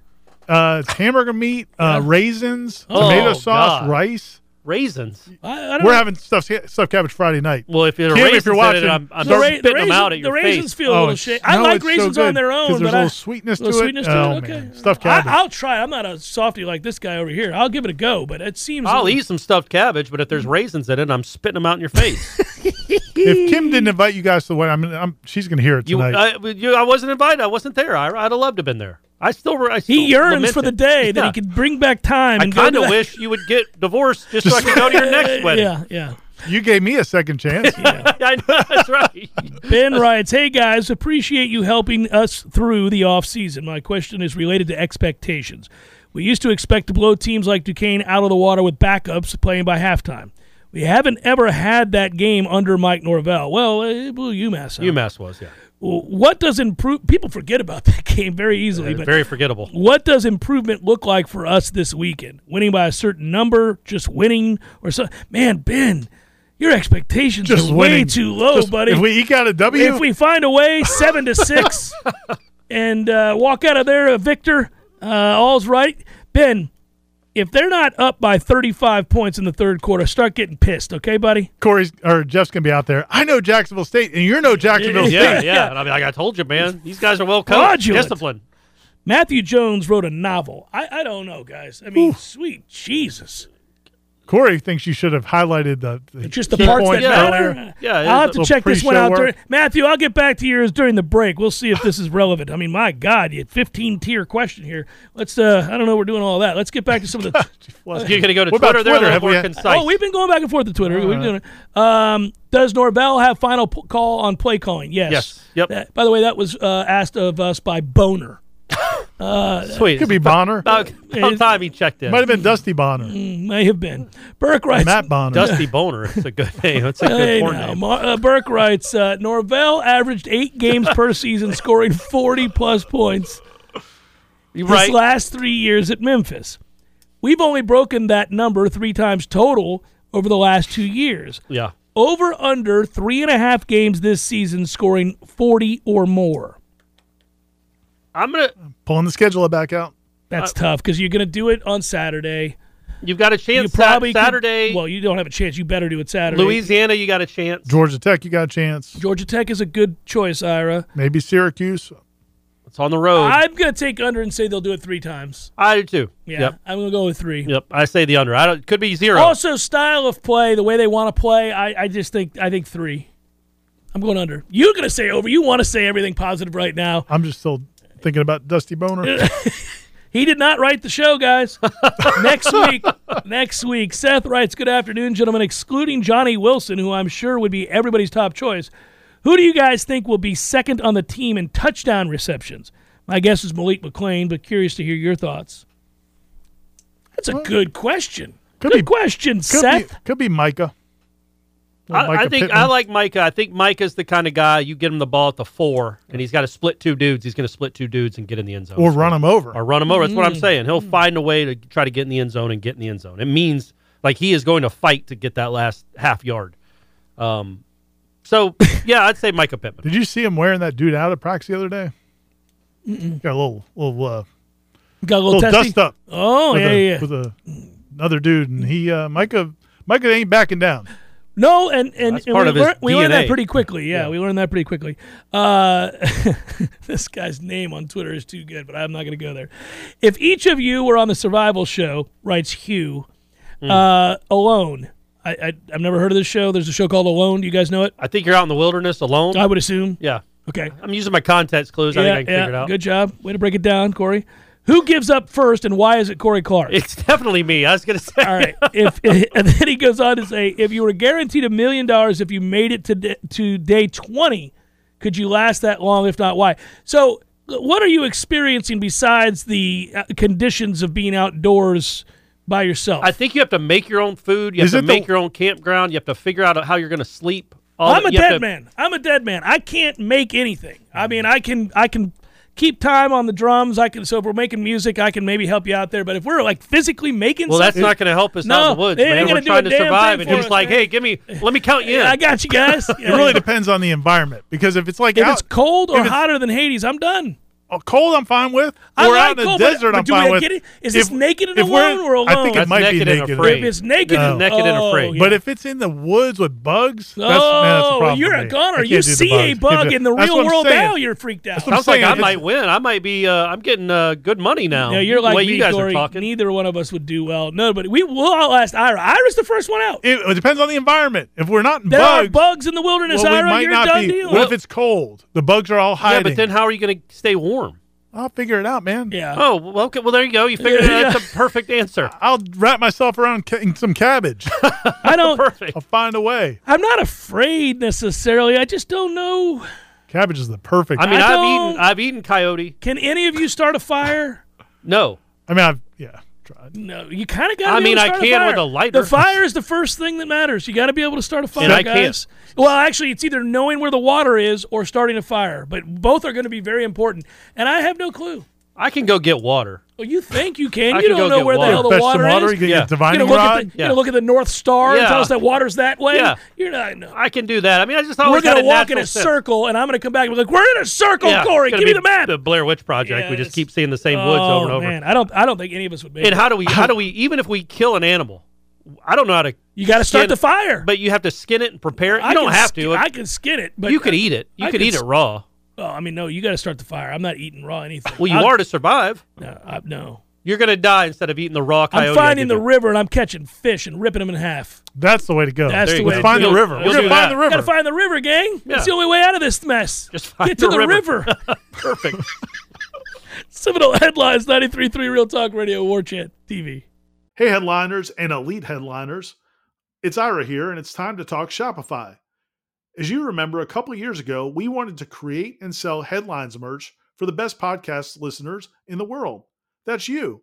C: uh, it's hamburger meat, uh, raisins,
D: Oh,
C: tomato sauce,
D: God.
C: rice.
D: Raisins.
B: I, I don't
C: We're
B: know.
C: having stuffed stuffed cabbage Friday night.
D: Well, if you're,
C: Kim, if
D: raisins
C: you're
D: in
C: watching,
D: it, I'm, I'm
C: the ra-
D: spitting
B: the
D: them
B: raisins,
D: out at your
B: the
D: face.
B: raisins feel a little
C: it's-
B: shady. I
C: Oh, no,
B: like
C: it's so
B: raisins on
C: good,
B: their
C: 'cause
B: own,
C: There's
B: but
C: a
B: I,
C: little sweetness
B: little
C: to it.
B: sweetness
C: oh,
B: to it.
C: man.
B: Okay,
C: Stuffed cabbage.
B: I, will try. it. I'm not a softy like this guy over here. I'll give it a go, but it seems
D: I'll eat some stuffed cabbage, but if there's raisins in it, I'm spitting them out in your face.
C: if Kim didn't invite you guys to the wedding, I mean, I'm, she's going to hear it
D: you,
C: tonight.
D: I, you, I wasn't invited. I wasn't there. I, I'd have loved to have been there. I still, I still
B: He yearns
D: lament
B: for the
D: it.
B: day that
D: Yeah.
B: he could bring back time.
D: I
B: and go
D: kind
B: to
D: of
B: that-
D: wish you would get divorced just so I could go to your next wedding.
B: Yeah, yeah.
C: you gave me a second chance.
D: I know, that's right.
B: Ben writes, "Hey guys, appreciate you helping us through the off season. My question is related to expectations. We used to expect to blow teams like Duquesne out of the water with backups playing by halftime. We haven't ever had that game under Mike Norvell. Well, it blew UMass out.
D: UMass was, yeah.
B: What does improve? People forget about that game very easily. but
D: Very forgettable.
B: what does improvement look like for us this weekend? Winning by a certain number, just winning, or so? Man, Ben, your expectations
C: Just
B: are way
C: winning.
B: too low,
C: Just-
B: buddy.
C: If we eke out a W,
B: if we find a way, seven to six, and uh, walk out of there a victor, uh, all's right. Ben, if they're not up by 35 points in the third quarter, start getting pissed, okay, buddy?
C: Corey's or Jeff's going to be out there. I know Jacksonville State, and you're no Jacksonville State.
D: Yeah, yeah. And I mean, like I told you, man, these guys are well coached,
B: Fraudulent.
D: disciplined.
B: Matthew Jones wrote a novel. I, I don't know, guys. I mean, sweet Jesus.
C: Corey thinks you should have highlighted the, the
B: Just the
C: key
B: parts that
C: points earlier.
B: matter.
D: Yeah, it
B: I'll
D: is
B: have to
C: a
B: check this one
C: pre-show
B: out.
C: work.
B: During, Matthew, I'll get back to yours during the break. We'll see if this is relevant. I mean, my God, you had 15 tier question here. Let's, uh, I don't know, we're doing all that. Let's get back to some of the
D: You're going to go to
C: What about
D: Twitter. They're a little
C: Twitter? Have we
D: more
C: had-
D: concise.
B: Oh, we've been going back and forth to Twitter. We've been
D: Uh-huh.
B: doing it. Um, does Norvell have final p- call on play calling? Yes.
D: Yes. Yep.
B: That- by the way, that was uh, asked of us by Boner.
D: Sweet.
C: Could be Bonner.
D: About, about time he checked in.
C: Might have been Dusty Bonner.
B: May have been. Burke writes.
C: Matt Bonner.
D: Dusty Boner. It's a good name. It's a
B: Hey,
D: good porn
B: now,
D: name.
B: Mar- uh, Burke writes. Uh, Norvell averaged eight games per season, scoring forty plus points
D: You're
B: his
D: right.
B: last three years at Memphis. We've only broken that number three times total over the last two years.
D: yeah.
B: over under three and a half games this season scoring 40 or more
D: I'm going to.
C: Pulling the schedule back out.
B: that's
D: Uh,
B: tough because you're going to do it on saturday
D: You've got a
B: you
D: chance Sat-
B: probably could-
D: Saturday.
B: well you don't have a chance you better do it saturday
D: Louisiana, you got a chance.
C: Georgia Tech, you got a chance.
B: georgia tech is a good choice ira
C: Maybe Syracuse.
D: It's on the road. I,
B: i'm going to take under and say they'll do it three times
D: do too.
B: yeah
D: Yep.
B: i'm going to go with three
D: Yep. I say the under. I don't. Could be zero.
B: also style of play the way they want to play I, I just think i think three i'm going under you're going to say over you want to say everything positive right now
C: I'm just still thinking about Dusty
D: Uh,
C: Boner.
B: He did not write the show, guys. next week, next week, Seth writes, Good afternoon, gentlemen, excluding Johnny Wilson, who I'm sure would be everybody's top choice. Who do you guys think will be second on the team in touchdown receptions? My guess is Malik McLean, but curious to hear your thoughts. That's a good question.
C: could
B: good
C: be-
B: question,
C: Could
B: Seth.
C: be, could be Micah. Or
D: I, I
C: Micah
D: think
C: Pittman.
D: I like Micah. I think Micah's the kind of guy you get him the ball at the four, and he's got to split two dudes. He's going to split two dudes and get in the end zone.
C: or run him over.
D: or run him over. That's what I'm
B: Mm-hmm.
D: saying. He'll find a way to try to get in the end zone and get in the end zone. It means like he is going to fight to get that last half yard. Um, so yeah, I'd say Micah Pittman.
C: Did you see him wearing that dude out at practice the other day? Got a little little uh,
B: Got a little,
C: little
B: testy?
C: dust up.
B: Oh,
C: with
B: yeah,
C: a,
B: yeah.
C: With a, another dude, and he uh, Micah Micah ain't backing down.
B: No, and and,
D: That's
B: and
D: part
B: we,
D: of his
B: learned, we learned that
D: DNA.
B: pretty quickly. Yeah, we learned that pretty quickly. Uh, this guy's name on Twitter is too good, but I'm not going to go there. If each of you were on the Survival Show, writes Hugh,
D: Hmm.
B: uh, alone. I, I I've never heard of this show. There's a show called Alone. Do you guys know it?
D: I think you're out in the wilderness alone.
B: I would assume.
D: yeah.
B: Okay.
D: I'm using my context clues. I think I can figure it out.
B: Good job. Way to break it down, Corey. Who gives up first, and why is it Corey Clark?
D: It's definitely me. I was going to say.
B: All right. If and then he goes on to say, if you were guaranteed a million dollars if you made it to d- to day twenty, could you last that long? If not, why? So, what are you experiencing besides the uh, conditions of being outdoors by yourself?
D: I think you have to make your own food. You have
F: Is
D: to
F: it the-
D: make your own campground. You have to figure out how you're going to sleep. All
B: I'm
D: that-
B: a
D: you have
B: dead
D: to-
B: man. I'm a dead man. I can't make anything. I mean, I can I can keep time on the drums. I can. So if we're making music, I can maybe help you out there. But if we're like physically making,
D: Well, that's
B: something,
D: not going to help us
B: No,
D: out in the woods,
B: they ain't
D: man.
B: gonna
D: We're
B: do
D: trying
B: a
D: to
B: damn
D: survive,
B: thing
D: and
B: for
D: you're just
B: us,
D: like,
B: man.
D: "Hey, give me, let me count you in."
B: I got you guys.
F: It really depends on the environment because if it's like
B: If
F: out,
B: it's cold or
F: if it's-
B: hotter than Hades, I'm done.
F: oh, cold, I'm fine with.
B: I
F: Or
B: like
F: out in
B: cold,
F: the
B: but-
F: desert,
B: but
F: I'm
B: do
F: fine
B: we
F: with.
B: get it? Is this naked and
F: if we're-
B: alone or
F: I think it
B: alone?
F: might be
D: That's naked and
F: naked.
D: afraid.
B: If it's naked,
D: It's
B: and,
D: naked and
B: oh,
D: afraid.
B: yeah.
F: But if it's in the woods with bugs, that's,
B: oh,
F: man, that's a problem.
B: you're
F: for
B: a
F: me. I
B: goner.
F: can't
B: You
F: do the
B: see
F: bugs.
B: a
F: Can't do
B: bug
F: it.
B: in the
F: That's
B: real
F: what I'm
B: world
F: saying.
B: now, you're freaked out.
F: That's what I'm
D: Sounds like
F: saying,
D: I
F: if
D: might
F: it's-
D: win. I might be. Uh, I'm getting uh, good money now.
B: No, you're
D: the way
B: like
D: you
B: me,
D: guys are
B: Corey.
D: talking.
B: Neither one of us would do well. No, but we will outlast Ira. Ira's the first one out.
F: It, it depends on the environment. If we're not in
B: There
F: bugs,
B: are bugs in the wilderness,
F: well, we
B: Ira.
F: might
B: You're
F: not
B: done
F: be.
B: deal.
F: What if it's cold? The bugs are all
D: yeah,
F: hiding.
D: but then how are you going to stay warm?
F: I'll figure it out, man.
B: yeah.
D: Oh, well, okay. Well, there you go. You figured it out. That's a perfect answer.
F: I'll wrap myself around ca- in some cabbage.
B: I don't.
D: Perfect.
F: I'll find a way.
B: I'm not afraid necessarily. I just don't know.
F: Cabbage is the perfect.
D: I mean,
B: I
D: I have
B: don't-
D: eaten. I've eaten coyote.
B: Can any of you start a fire?
D: No,
F: I mean, I've yeah. Tried.
B: No, you kind of got.
D: I
B: to
D: mean, I
B: start
D: can
B: fire.
D: with a lighter.
B: The fire is the first thing that matters. You got to be able to start a fire,
D: And I can't.
B: guys. Well, actually, it's either knowing where the water is or starting a fire, but both are going to be very important. And I have no clue.
D: I can go get water.
B: Well, you think you can?
D: I
B: you
D: can
B: don't
D: go
B: know
D: get
B: where the
D: water.
B: hell the
F: Fetch
B: water,
F: some water.
B: is.
F: You can
D: Yeah.
F: get divining
B: You're gonna look
F: rod.
B: at the, you're
D: Yeah.
B: gonna look at the North Star and
D: Yeah.
B: tell us that water's that way.
D: Yeah.
B: You're not. No.
D: I can do that. I mean, I just
B: We're
D: always
B: gonna
D: had a
B: walk in
D: natural
B: a
D: sense.
B: circle, and I'm gonna come back and be like, "We're in a circle,
D: Yeah, it's
B: Corey.
D: gonna
B: Give me
D: be
B: the map."
D: The Blair Witch Project.
B: Yeah,
D: we
B: it's-
D: just keep seeing the same woods
B: oh,
D: over and over.
B: man, I don't. I don't think any of us would make
D: And
B: it.
D: how do we? How do we? Even if we kill an animal, I don't know how to.
B: You got to start
D: skin-
B: the fire.
D: But you have to skin it and prepare it. You
B: I
D: don't
B: can
D: have
B: ski-
D: to.
B: I can skin it, but
D: you could eat it. You
B: I
D: could
B: could
D: eat
B: s-
D: it raw.
B: Oh, I mean, no, you got to start the fire. I'm not eating raw anything.
D: Well, you
B: I'm-
D: are to survive.
B: No, I, no.
D: You're gonna die instead of eating the raw coyote. I
B: I'm finding
D: give
B: the
D: you.
B: river and I'm catching fish and ripping them in half.
F: That's the way to go.
B: That's
D: There
B: the
D: you
B: way.
D: go.
B: to
F: Find
B: do
F: the
B: it.
F: river.
D: We'll
F: We're gonna
D: do
F: find
D: that.
F: the river.
B: Gotta find the river, gang.
D: Yeah.
B: That's the only way out of this mess.
D: Just find
B: Get to
D: the
B: the river.
D: river. perfect.
B: Seminole headlines 93.3 Real Talk Radio War Chant TV.
C: Hey, headliners and elite headliners. It's Ira here, and it's time to talk Shopify. As you remember, a couple of years ago, we wanted to create and sell headlines merch for the best podcast listeners in the world. That's you.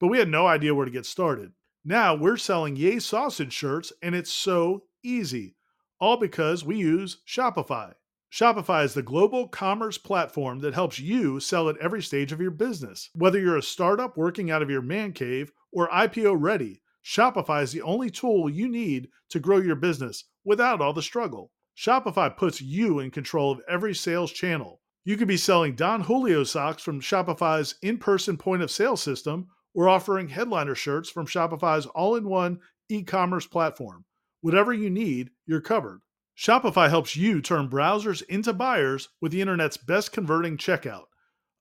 C: But we had no idea where to get started. Now we're selling Yay Sausage shirts, and it's so easy, all because we use Shopify. Shopify is the global commerce platform that helps you sell at every stage of your business. Whether you're a startup working out of your man cave or IPO ready, Shopify is the only tool you need to grow your business without all the struggle. Shopify puts you in control of every sales channel. You could be selling Don Julio socks from Shopify's in person point of sale system or offering headliner shirts from Shopify's all in one e commerce platform. Whatever you need, you're covered. Shopify helps you turn browsers into buyers with the internet's best converting checkout,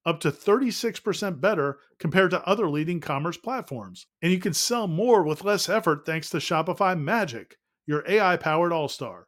C: up to 36% better compared to other leading commerce platforms. And you can sell more with less effort thanks to Shopify Magic, your AI powered all star.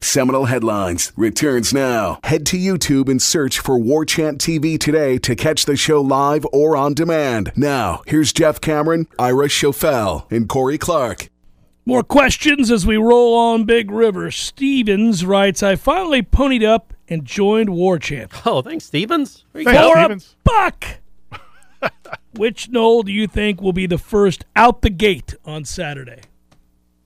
A: Seminal Headlines returns now. Head to YouTube and search for War Chant TV today to catch the show live or on demand. Now, here's Jeff Cameron, Ira Schofel, and Corey Clark.
B: More questions as we roll on Big River. Stevens writes, I finally ponied up and joined War Chant.
D: Oh, thanks, Stevens. There you
F: Thanks,
D: go.
B: for a
F: Stevens.
B: buck. Which Knoll do you think will be the first out the gate on Saturday?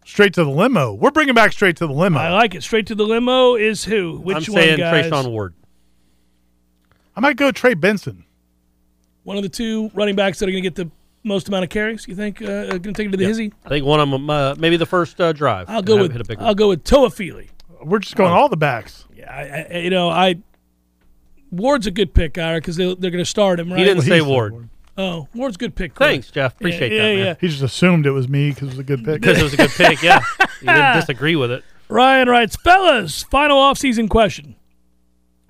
C: Straight to the limo. We're bringing back straight to the limo.
B: I
C: I,
B: like it. Straight to the limo is who? Which
D: I'm
B: one,
D: saying
B: guys?
D: Trayshawn Ward.
C: might go Trey Benson.
B: One of the two running backs that are going to get the most amount of carries. You think uh, are going to take it to the hizzy?
D: I think one of them, uh, maybe the first uh, drive.
B: I'll go
D: Hit a-
B: with
D: hit a big
B: I'll go with Toa Feely.
C: We're just
D: Oh.
C: going all the backs.
B: Yeah, I, I, you know I Ward's a good pick, Ira, because they, they're going to start him. Right?
D: He didn't say
C: he's the
D: Ward.
B: Oh, Ward's a good pick. Corey.
D: Thanks, Jeff. Appreciate
B: yeah,
D: that.
B: yeah,
D: man.
B: yeah.
C: He just assumed it was me because it was a good pick.
D: because it was a good pick. Yeah, you didn't disagree with it.
B: Ryan writes, fellas, final offseason question.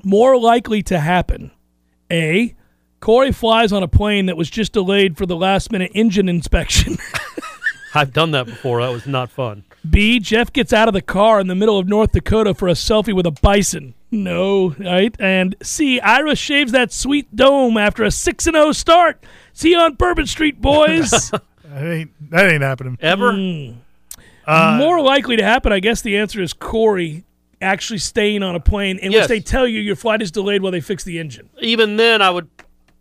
B: More likely to happen. A. Corey flies on a plane that was just delayed for the last minute engine inspection.
D: I've done that before. That was not fun.
B: B. Jeff gets out of the car in the middle of North Dakota for a selfie with a bison. No, right? And C. Ira shaves that sweet dome after a 6 0 start. See you on Bourbon Street, boys.
C: That ain't, that ain't happening.
D: Ever?
B: Mm. More likely to happen, I guess the answer is Corey actually staying on a plane in
D: Yes.
B: which they tell you your flight is delayed while they fix the engine.
D: Even then, I would.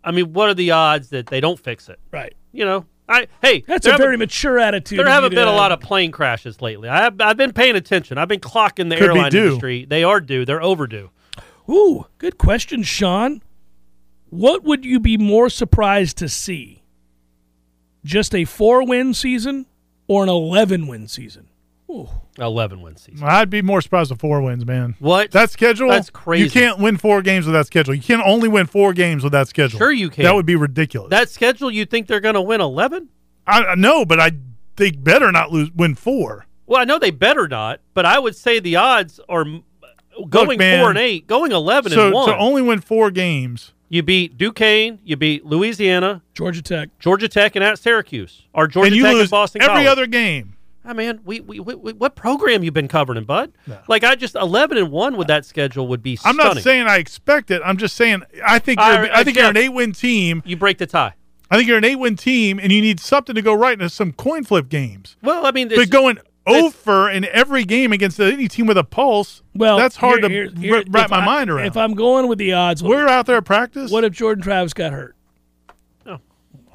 D: I mean, what are the odds that they don't fix it?
B: Right.
D: You know, I hey,
B: That's
D: there
B: a
D: haven't-
B: very mature attitude.
D: There
B: of
D: haven't
B: you to
D: been a
B: have.
D: lot of plane crashes lately. I have, I've been paying attention. I've been clocking the
C: Could be
D: airline
C: due.
D: industry. They are due. They're overdue.
B: Ooh, good question, Sean. What would you be more surprised to see? Just a four win season or an 11 win season? Ooh.
D: Eleven win season.
C: I'd be more surprised if four wins, man.
D: What?
C: That schedule?
D: That's crazy.
C: You can't win four games with that schedule. You can only win four games with that schedule.
D: Sure you can.
C: That would be ridiculous.
D: that schedule. You think they're going to win eleven?
C: I I know, but I they better not lose win four.
D: Well, I know they better not, but I would say the odds are m- going
C: man.
D: four and eight, going eleven
C: so
D: and one.
C: to only win four games,
D: you beat Duquesne, you beat Louisiana,
B: Georgia Tech.
D: Georgia Tech, and at Syracuse, or Georgia
C: and you
D: Tech
C: lose
D: and Boston
C: every
D: College.
C: other game.
D: I mean, we, we, we, we- what program you been covering, bud? Like I just eleven and one with that schedule would be.
C: I'm
D: stunning.
C: not saying I expect it. I'm just saying I think
D: I-
C: you're, I,
D: I
C: think you're an
D: guess-
C: eight win team.
D: you break the tie.
C: I think you're an eight win team, and you need something to go right in some coin flip games.
D: Well, I mean,
C: But
D: it's-
C: going over in every game against any team with a pulse,
B: Well,
C: that's hard
B: here-
C: to
B: here- here-
C: wra- wrap
B: if
C: my
B: I-
C: mind around.
B: If I'm going with the odds,
C: We're out there at practice.
B: what if Jordan Travis got hurt?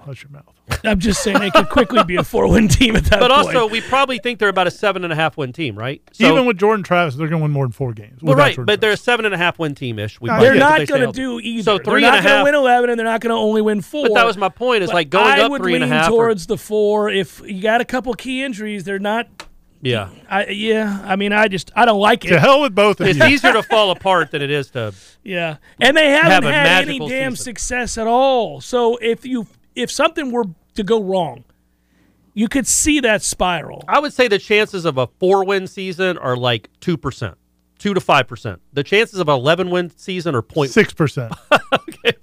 C: Hush your mouth.
B: I'm just saying they could quickly be a four win team at that
D: but
B: point.
D: also we probably think they're about a seven and a half win team, right? So,
C: Even with Jordan Travis, they're going to win more than four games.
D: well,
C: without
D: right,
C: Jordan
D: but they're a
C: Travis.
D: seven and a half win team ish.
C: They're
B: They're
C: Yeah,
B: not going to do either.
D: So three
B: they're
D: and
B: not
D: a
B: gonna
D: half-
B: win eleven, and they're not going to only win four.
D: But that was my point, is
B: But
D: like going
B: I
D: up
B: would
D: three and a
B: lean
D: half or-
B: towards the four. If you got a couple key injuries, they're not.
D: Yeah,
B: I yeah. I mean, I just I don't like
C: to
B: it.
C: hell with both of
D: it's
C: you.
D: easier to fall apart than it is to.
B: Yeah, and they haven't
D: a
B: had any
D: magical
B: damn
D: season.
B: success at all. So if you if something were to go wrong, you could see that spiral.
D: I would say the chances of a four win season are like two percent, two to five percent. The chances of an eleven win season are point.
C: Six percent. okay,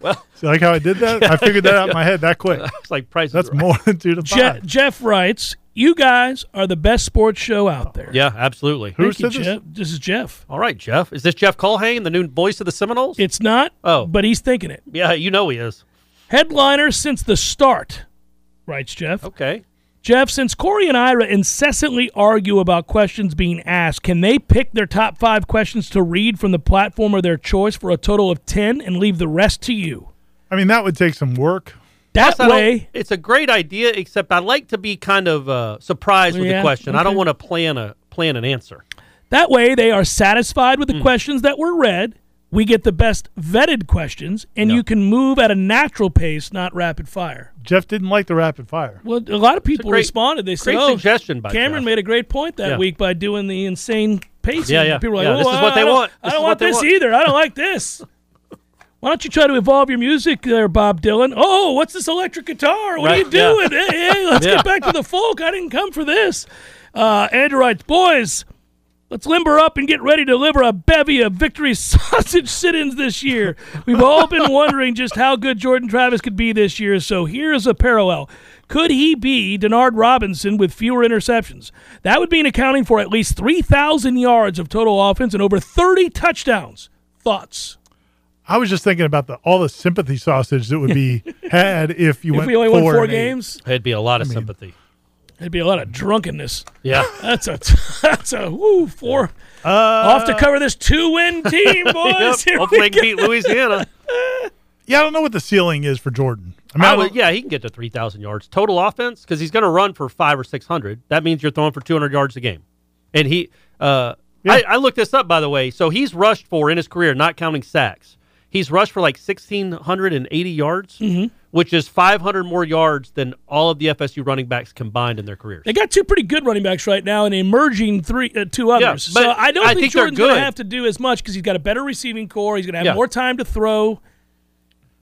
C: well, See, like how I did that, I figured that out in my head that quick.
D: It's like price. is
C: That's
D: Right.
C: more than two to
B: Je-
C: five.
B: Jeff writes, "You guys are the best sports show out there."
D: Yeah, absolutely.
C: Who
B: Thank you,
C: said this?
B: Jeff. This is Jeff.
D: All right, Jeff. Is this Jeff Culhane, the new voice of the Seminoles?
B: It's not.
D: Oh.
B: but he's thinking it.
D: yeah, you know he is.
B: Headliner since the start, writes Jeff.
D: Okay.
B: Jeff, since Corey and Ira incessantly argue about questions being asked, can they pick their top five questions to read from the platform of their choice for a total of 10 and leave the rest to you?
C: I mean, that would take some work.
B: That
D: Plus, I don't-
B: way,
D: it's a great idea, except I like to be kind of uh, surprised with
B: Yeah,
D: the question. I don't
B: okay.
D: want to plan a plan an answer.
B: that way they are satisfied
D: Hmm.
B: with the questions that were read. We get the best vetted questions, and you can move at a natural pace, not rapid fire.
C: Jeff didn't like the rapid fire.
B: Well, a lot of people
D: great-
B: responded. They said,
D: great
B: "Oh,
D: suggestion by
B: Cameron
D: Jeff."
B: made a great point that
D: Yeah.
B: week by doing the insane pacing."
D: Yeah, yeah.
B: People were like,
D: Yeah, this
B: "Oh,
D: is
B: I-
D: what they
B: I don't-
D: want.
B: I
D: This
B: don't
D: is
B: want
D: what they
B: this
D: want."
B: either. I don't like this." Why don't you try to evolve your music there, Bob Dylan? Oh, what's this electric guitar? What are you
D: Right, yeah.
B: doing? Hey, hey, let's
D: Yeah.
B: get back to the folk. I didn't come for this. Uh, Andrew writes, boys, Let's limber up and get ready to deliver a bevy of victory sausage sit ins this year. We've all been wondering just how good Jordan Travis could be this year, so here's a parallel. Could he be Denard Robinson with fewer interceptions? That would mean accounting for at least 3,000 yards of total offense and over 30 touchdowns. Thoughts?
C: I was just thinking about the all the sympathy sausage that would be had if you
B: if
C: went
B: we only
C: four,
B: won four
C: and eight.
B: games,
D: It'd be a lot of sympathy.
B: it'd be a lot of drunkenness.
D: Yeah.
B: That's a, that's a, woo, four. Off to cover this two win team, boys.
D: Uh, Yep.
B: Here
D: Hopefully they
B: we
D: can beat Louisiana.
C: Yeah, I don't know what the ceiling is for Jordan. I mean, I
D: I would,
C: don't-
D: yeah, he can get to 3,000 yards total offense because he's going to run for five or 600. That means you're throwing for 200 yards a game. And he, uh, I, I looked this up, by the way. So he's rushed for in his career, not counting sacks, he's rushed for like 1,680 yards,
B: Mm-hmm.
D: which is 500 more yards than all of the FSU running backs combined in their careers.
B: They got two pretty good running backs right now, and emerging three, uh, two others.
D: but
B: so I don't
D: I
B: think,
D: think they're
B: Jordan's going to
D: good.
B: have to do as much because he's got a better receiving core. He's going to have
D: Yeah.
B: more time to throw.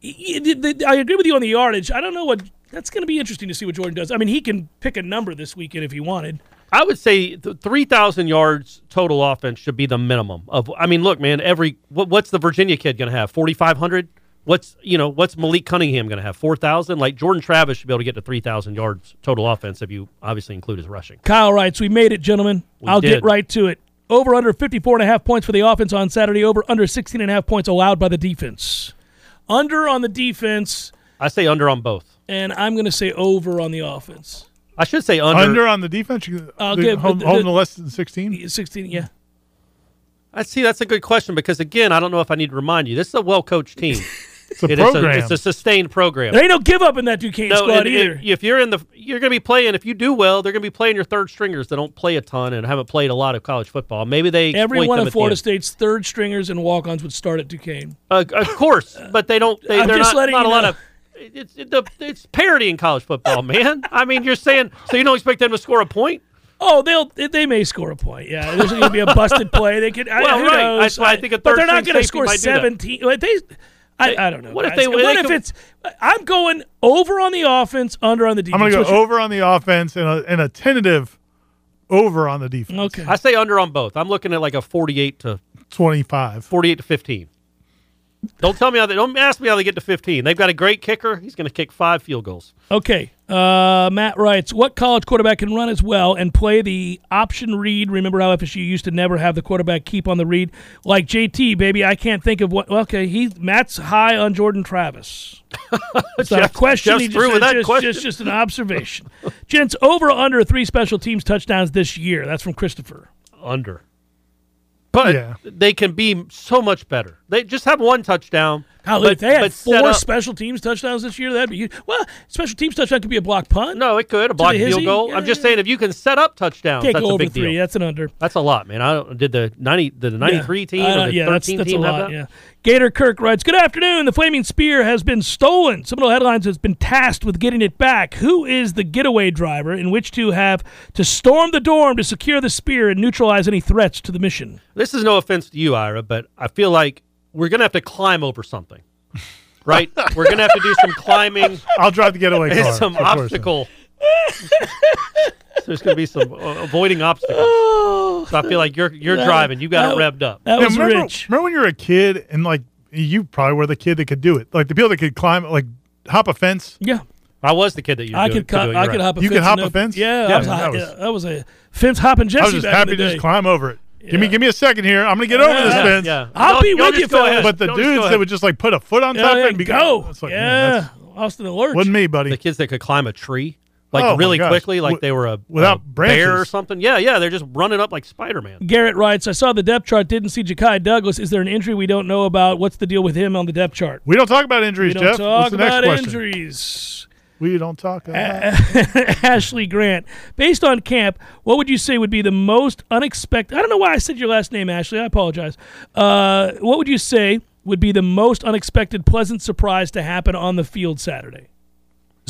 B: Y- y- the- the- I agree with you on the yardage. I don't know what that's going to be interesting to see what Jordan does. I mean, he can pick a number this weekend if he wanted.
D: I would say th- 3,000 yards total offense should be the minimum of I mean look man every what, what's the Virginia kid going to have 4500 what's you know what's Malik Cunningham going to have 4000 like Jordan Travis should be able to get to 3,000 yards total offense if you obviously include his rushing
B: Kyle writes, "We made it, gentlemen.
D: We
B: I'll get
D: did.
B: right to it. Over under 54 and a half points for the offense on Saturday. Over under 16 and a half points allowed by the defense. Under on the defense,
D: I say under on both
B: and I'm going to say over on the offense.
D: I should say
C: under,
D: under,
C: on the defense. You,
B: I'll
C: the,
B: give-
C: home,
B: the-
C: home
B: the-
C: to less than sixteen.
B: 16, yeah."
D: I see that's a good question because again I don't know if I need to remind you this is a well coached team
C: It's a
D: It is a,
C: program.
D: it's a sustained program
B: There ain't no give up in that Duquesne squad
D: and- and
B: either.
D: if you're in the, you're going to be playing. If you do well, they're going to be playing your third stringers that don't play a ton and haven't played a lot of college football. Maybe they
B: Every
D: exploit
B: one
D: them
B: of
D: at
B: Florida
D: the
B: State's third stringers and walk-ons would start at
D: end.
B: Duquesne.
D: Uh, of course, but they don't. They,
B: I'm
D: they're
B: just
D: not,
B: letting
D: not
B: you
D: a lot
B: know.
D: of. It's it, the, it's parity in college football, man. I mean, you're saying so you don't expect them to score a point.
B: Oh, they'll they may score a point. Yeah, there's going to be a busted play. They could. I,
D: Well,
B: who
D: right.
B: knows?
D: That's why I think a
B: but
D: third
B: they're not
D: string
B: going to
D: safety might do that.
B: score 17. Like, They, I, I don't know.
D: what if
B: guys.
D: they-
B: What
D: they
B: if
D: could-
B: it's? I'm going over on the offense, under on the
C: I'm
B: defense.
C: going to go
B: What's your-
C: over on the offense and a, and a tentative over on the defense.
B: Okay.
D: I say under on both. I'm looking at like a 48 to
C: Twenty-five.
D: 48 to 15. Don't tell me how they. Don't ask me how they get to 15. They've got a great kicker. He's going to kick five field goals.
B: Okay. Uh, Matt writes, what college quarterback can run as well and play the option read? Remember how FSU used to never have the quarterback keep on the read? Like JT, baby, I can't think of what. well, Okay, he Matt's high on Jordan Travis. It's not a
D: Jeff-
B: question.
D: Jeff's
B: he just-
D: through with
B: it's
D: that
B: just,
D: question.
B: Just, just an observation. Gents, over or under three special teams touchdowns this year. That's from Christopher.
D: Under. But
C: Yeah.
D: they can be so much better. They just have one touchdown.
B: Golly,
D: but-
B: if they had
D: but set
B: four
D: up-
B: special teams touchdowns this year, that'd be huge. Well, special teams touchdown could be a block punt.
D: No, it could a block
B: the
D: field
B: hizzy?
D: goal.
B: Yeah,
D: I'm just
B: yeah.
D: saying if you can set up touchdowns,
B: Can't
D: that's
B: go
D: a
B: over
D: big
B: three.
D: deal.
B: That's an under.
D: That's a lot, man. I don't, did the 90 did the 93
B: Yeah.
D: team
B: I
D: or
B: don't-
D: the
B: yeah,
D: 13
B: that's, that's
D: team
B: a
D: have
B: lot,
D: that?
B: Yeah. Gator Kirk writes, Good afternoon. The Flaming Spear has been stolen. Seminole Headlines has been tasked with getting it back. Who is the getaway driver in which to have to storm the dorm to secure the spear and neutralize any threats to the mission?
D: This is no offense to you, Ira, but I feel like we're going to have to climb over something. Right? we're going to have to do some climbing
C: I'll drive the getaway car.
D: and some
C: of course.
D: obstacle. There's going to be some uh, avoiding obstacles.
B: Oh,
D: So I feel like you're you're driving. You got it revved up.
B: that
C: Yeah,
B: was
C: remember,
B: rich.
C: remember when you were a kid and like you probably were the kid that could do it. Like the people that could climb, like hop a fence.
B: Yeah,
D: I was the kid that you.
B: I
D: do,
B: could, cut-
D: do it,
B: I
D: you're
B: could
D: right.
B: hop a
C: You
B: fence.
C: could hop
B: and
C: a
B: up-
C: fence?
B: Yeah,
C: Yeah,
B: I was,
C: that
B: that,
C: was-
B: was, that was a fence hopping Jesse
C: I was just
B: back in
C: happy
B: the
C: to
B: day.
C: just climb over it. Give me, give me a second here. I'm gonna get over this
B: Yeah.
C: fence.
D: Yeah.
B: I'll
D: Y'all-
B: be
D: y'all
B: with
D: just
B: you,
D: go
B: fellas.
D: ahead.
C: But the
D: Y'all just go
C: dudes
D: ahead.
C: that would just like put a foot on
B: Yeah,
C: top of
B: yeah,
C: it and be
B: go.
C: It's like,
B: yeah,
C: man, that's-
B: Austin Alert.
C: wasn't me, buddy.
D: the kids that could climb a tree like
C: Oh, my
D: really
C: gosh.
D: quickly, like
C: Wi-
D: they were a,
C: without
D: a bear or
C: branches.
D: something. Yeah, yeah, they're just running up like Spider Man.
B: Garrett writes, I saw the depth chart, didn't see Ja'Kai Douglas. Is there an injury we don't know about? What's the deal with him on the depth chart?
C: we don't talk about injuries,
B: We don't
C: Jeff. What's
B: talk
C: the next
B: about
C: question?
B: injuries.
C: We don't talk about.
B: Ashley Grant, based on camp, what would you say would be the most unexpected? I don't know why I said your last name, Ashley. I apologize. Uh, what would you say would be the most unexpected, pleasant surprise to happen on the field Saturday?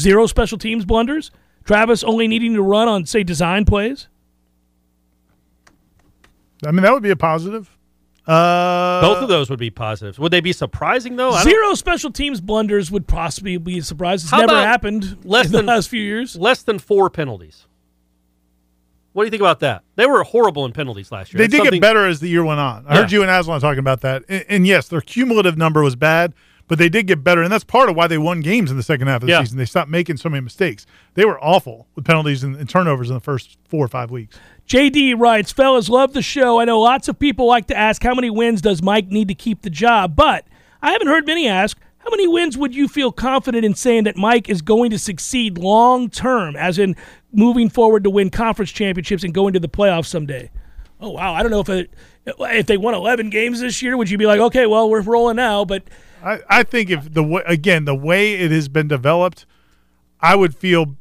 B: Zero special teams blunders? Travis only needing to run on, say, design plays?
C: I mean, that would be a positive. Uh,
D: Both of those would be positives. Would they be surprising though? Oh, I don't-
B: Zero special teams blunders would possibly be a surprise. It's
D: How
B: never
D: about
B: happened
D: less
B: in the
D: than-
B: last few years.
D: less than four penalties. What do you think about that? They were horrible in penalties last year.
C: They
D: That's
C: did
D: something-
C: get better as the year went on. I heard
D: Yeah.
C: you and Aslan talking about that. And, and yes, their cumulative number was bad, but they did get better. And that's part of why they won games in the second half of the
D: Yeah.
C: season. They stopped making so many mistakes. They were awful with penalties and, and turnovers in the first four or five weeks.
B: JD writes, fellas, love the show. I know lots of people like to ask how many wins does Mike need to keep the job, but I haven't heard many ask how many wins would you feel confident in saying that Mike is going to succeed long term, as in moving forward to win conference championships and going to the playoffs someday? Oh wow, I don't know if it, if they won 11 games this year, would you be like, okay, well we're rolling now? But
C: I, I think if the way again the way it has been developed, I would feel.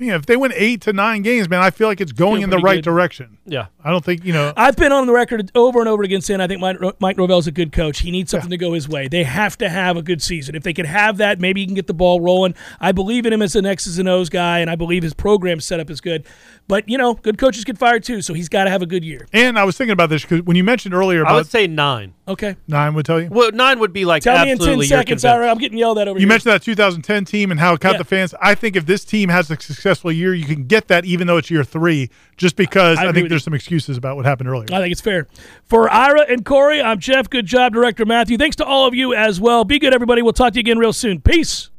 C: You know, if they win eight to nine games, man, I feel like it's going in the
B: pretty
C: right
B: good.
C: direction.
D: Yeah.
C: I don't think you know.
B: I've been on the record over and over again saying I think Mike, Ro- Mike Norvell's a good coach. He needs something to go his way. They have to have a good season. If they could have that, maybe he can get the ball rolling. I believe in him as an X's and O's guy, and I believe his program setup is good. But, you know, good coaches get fired too, so he's got to have a good year.
C: And I was thinking about this because when you mentioned earlier
D: I would
C: about
D: say nine.
B: Okay.
C: nine, would tell you.
D: Well, nine would be like
B: Tell me in
D: absolutely
B: 10
D: you're
B: seconds.
D: convinced.
B: All right, I'm getting yelled at over
C: You
B: here.
C: mentioned that 2010 team and how it caught
B: Yeah.
C: the fans. I think if this team has a successful year, you can get that even though it's year three, just because I,
B: I agree
C: think
B: with
C: there's
B: you.
C: some excuses about what happened earlier.
B: I think it's fair. For Ira and Corey, I'm Jeff. Good job, Director Matthew. Thanks to all of you as well. Be good, everybody. We'll talk to you again real soon. Peace.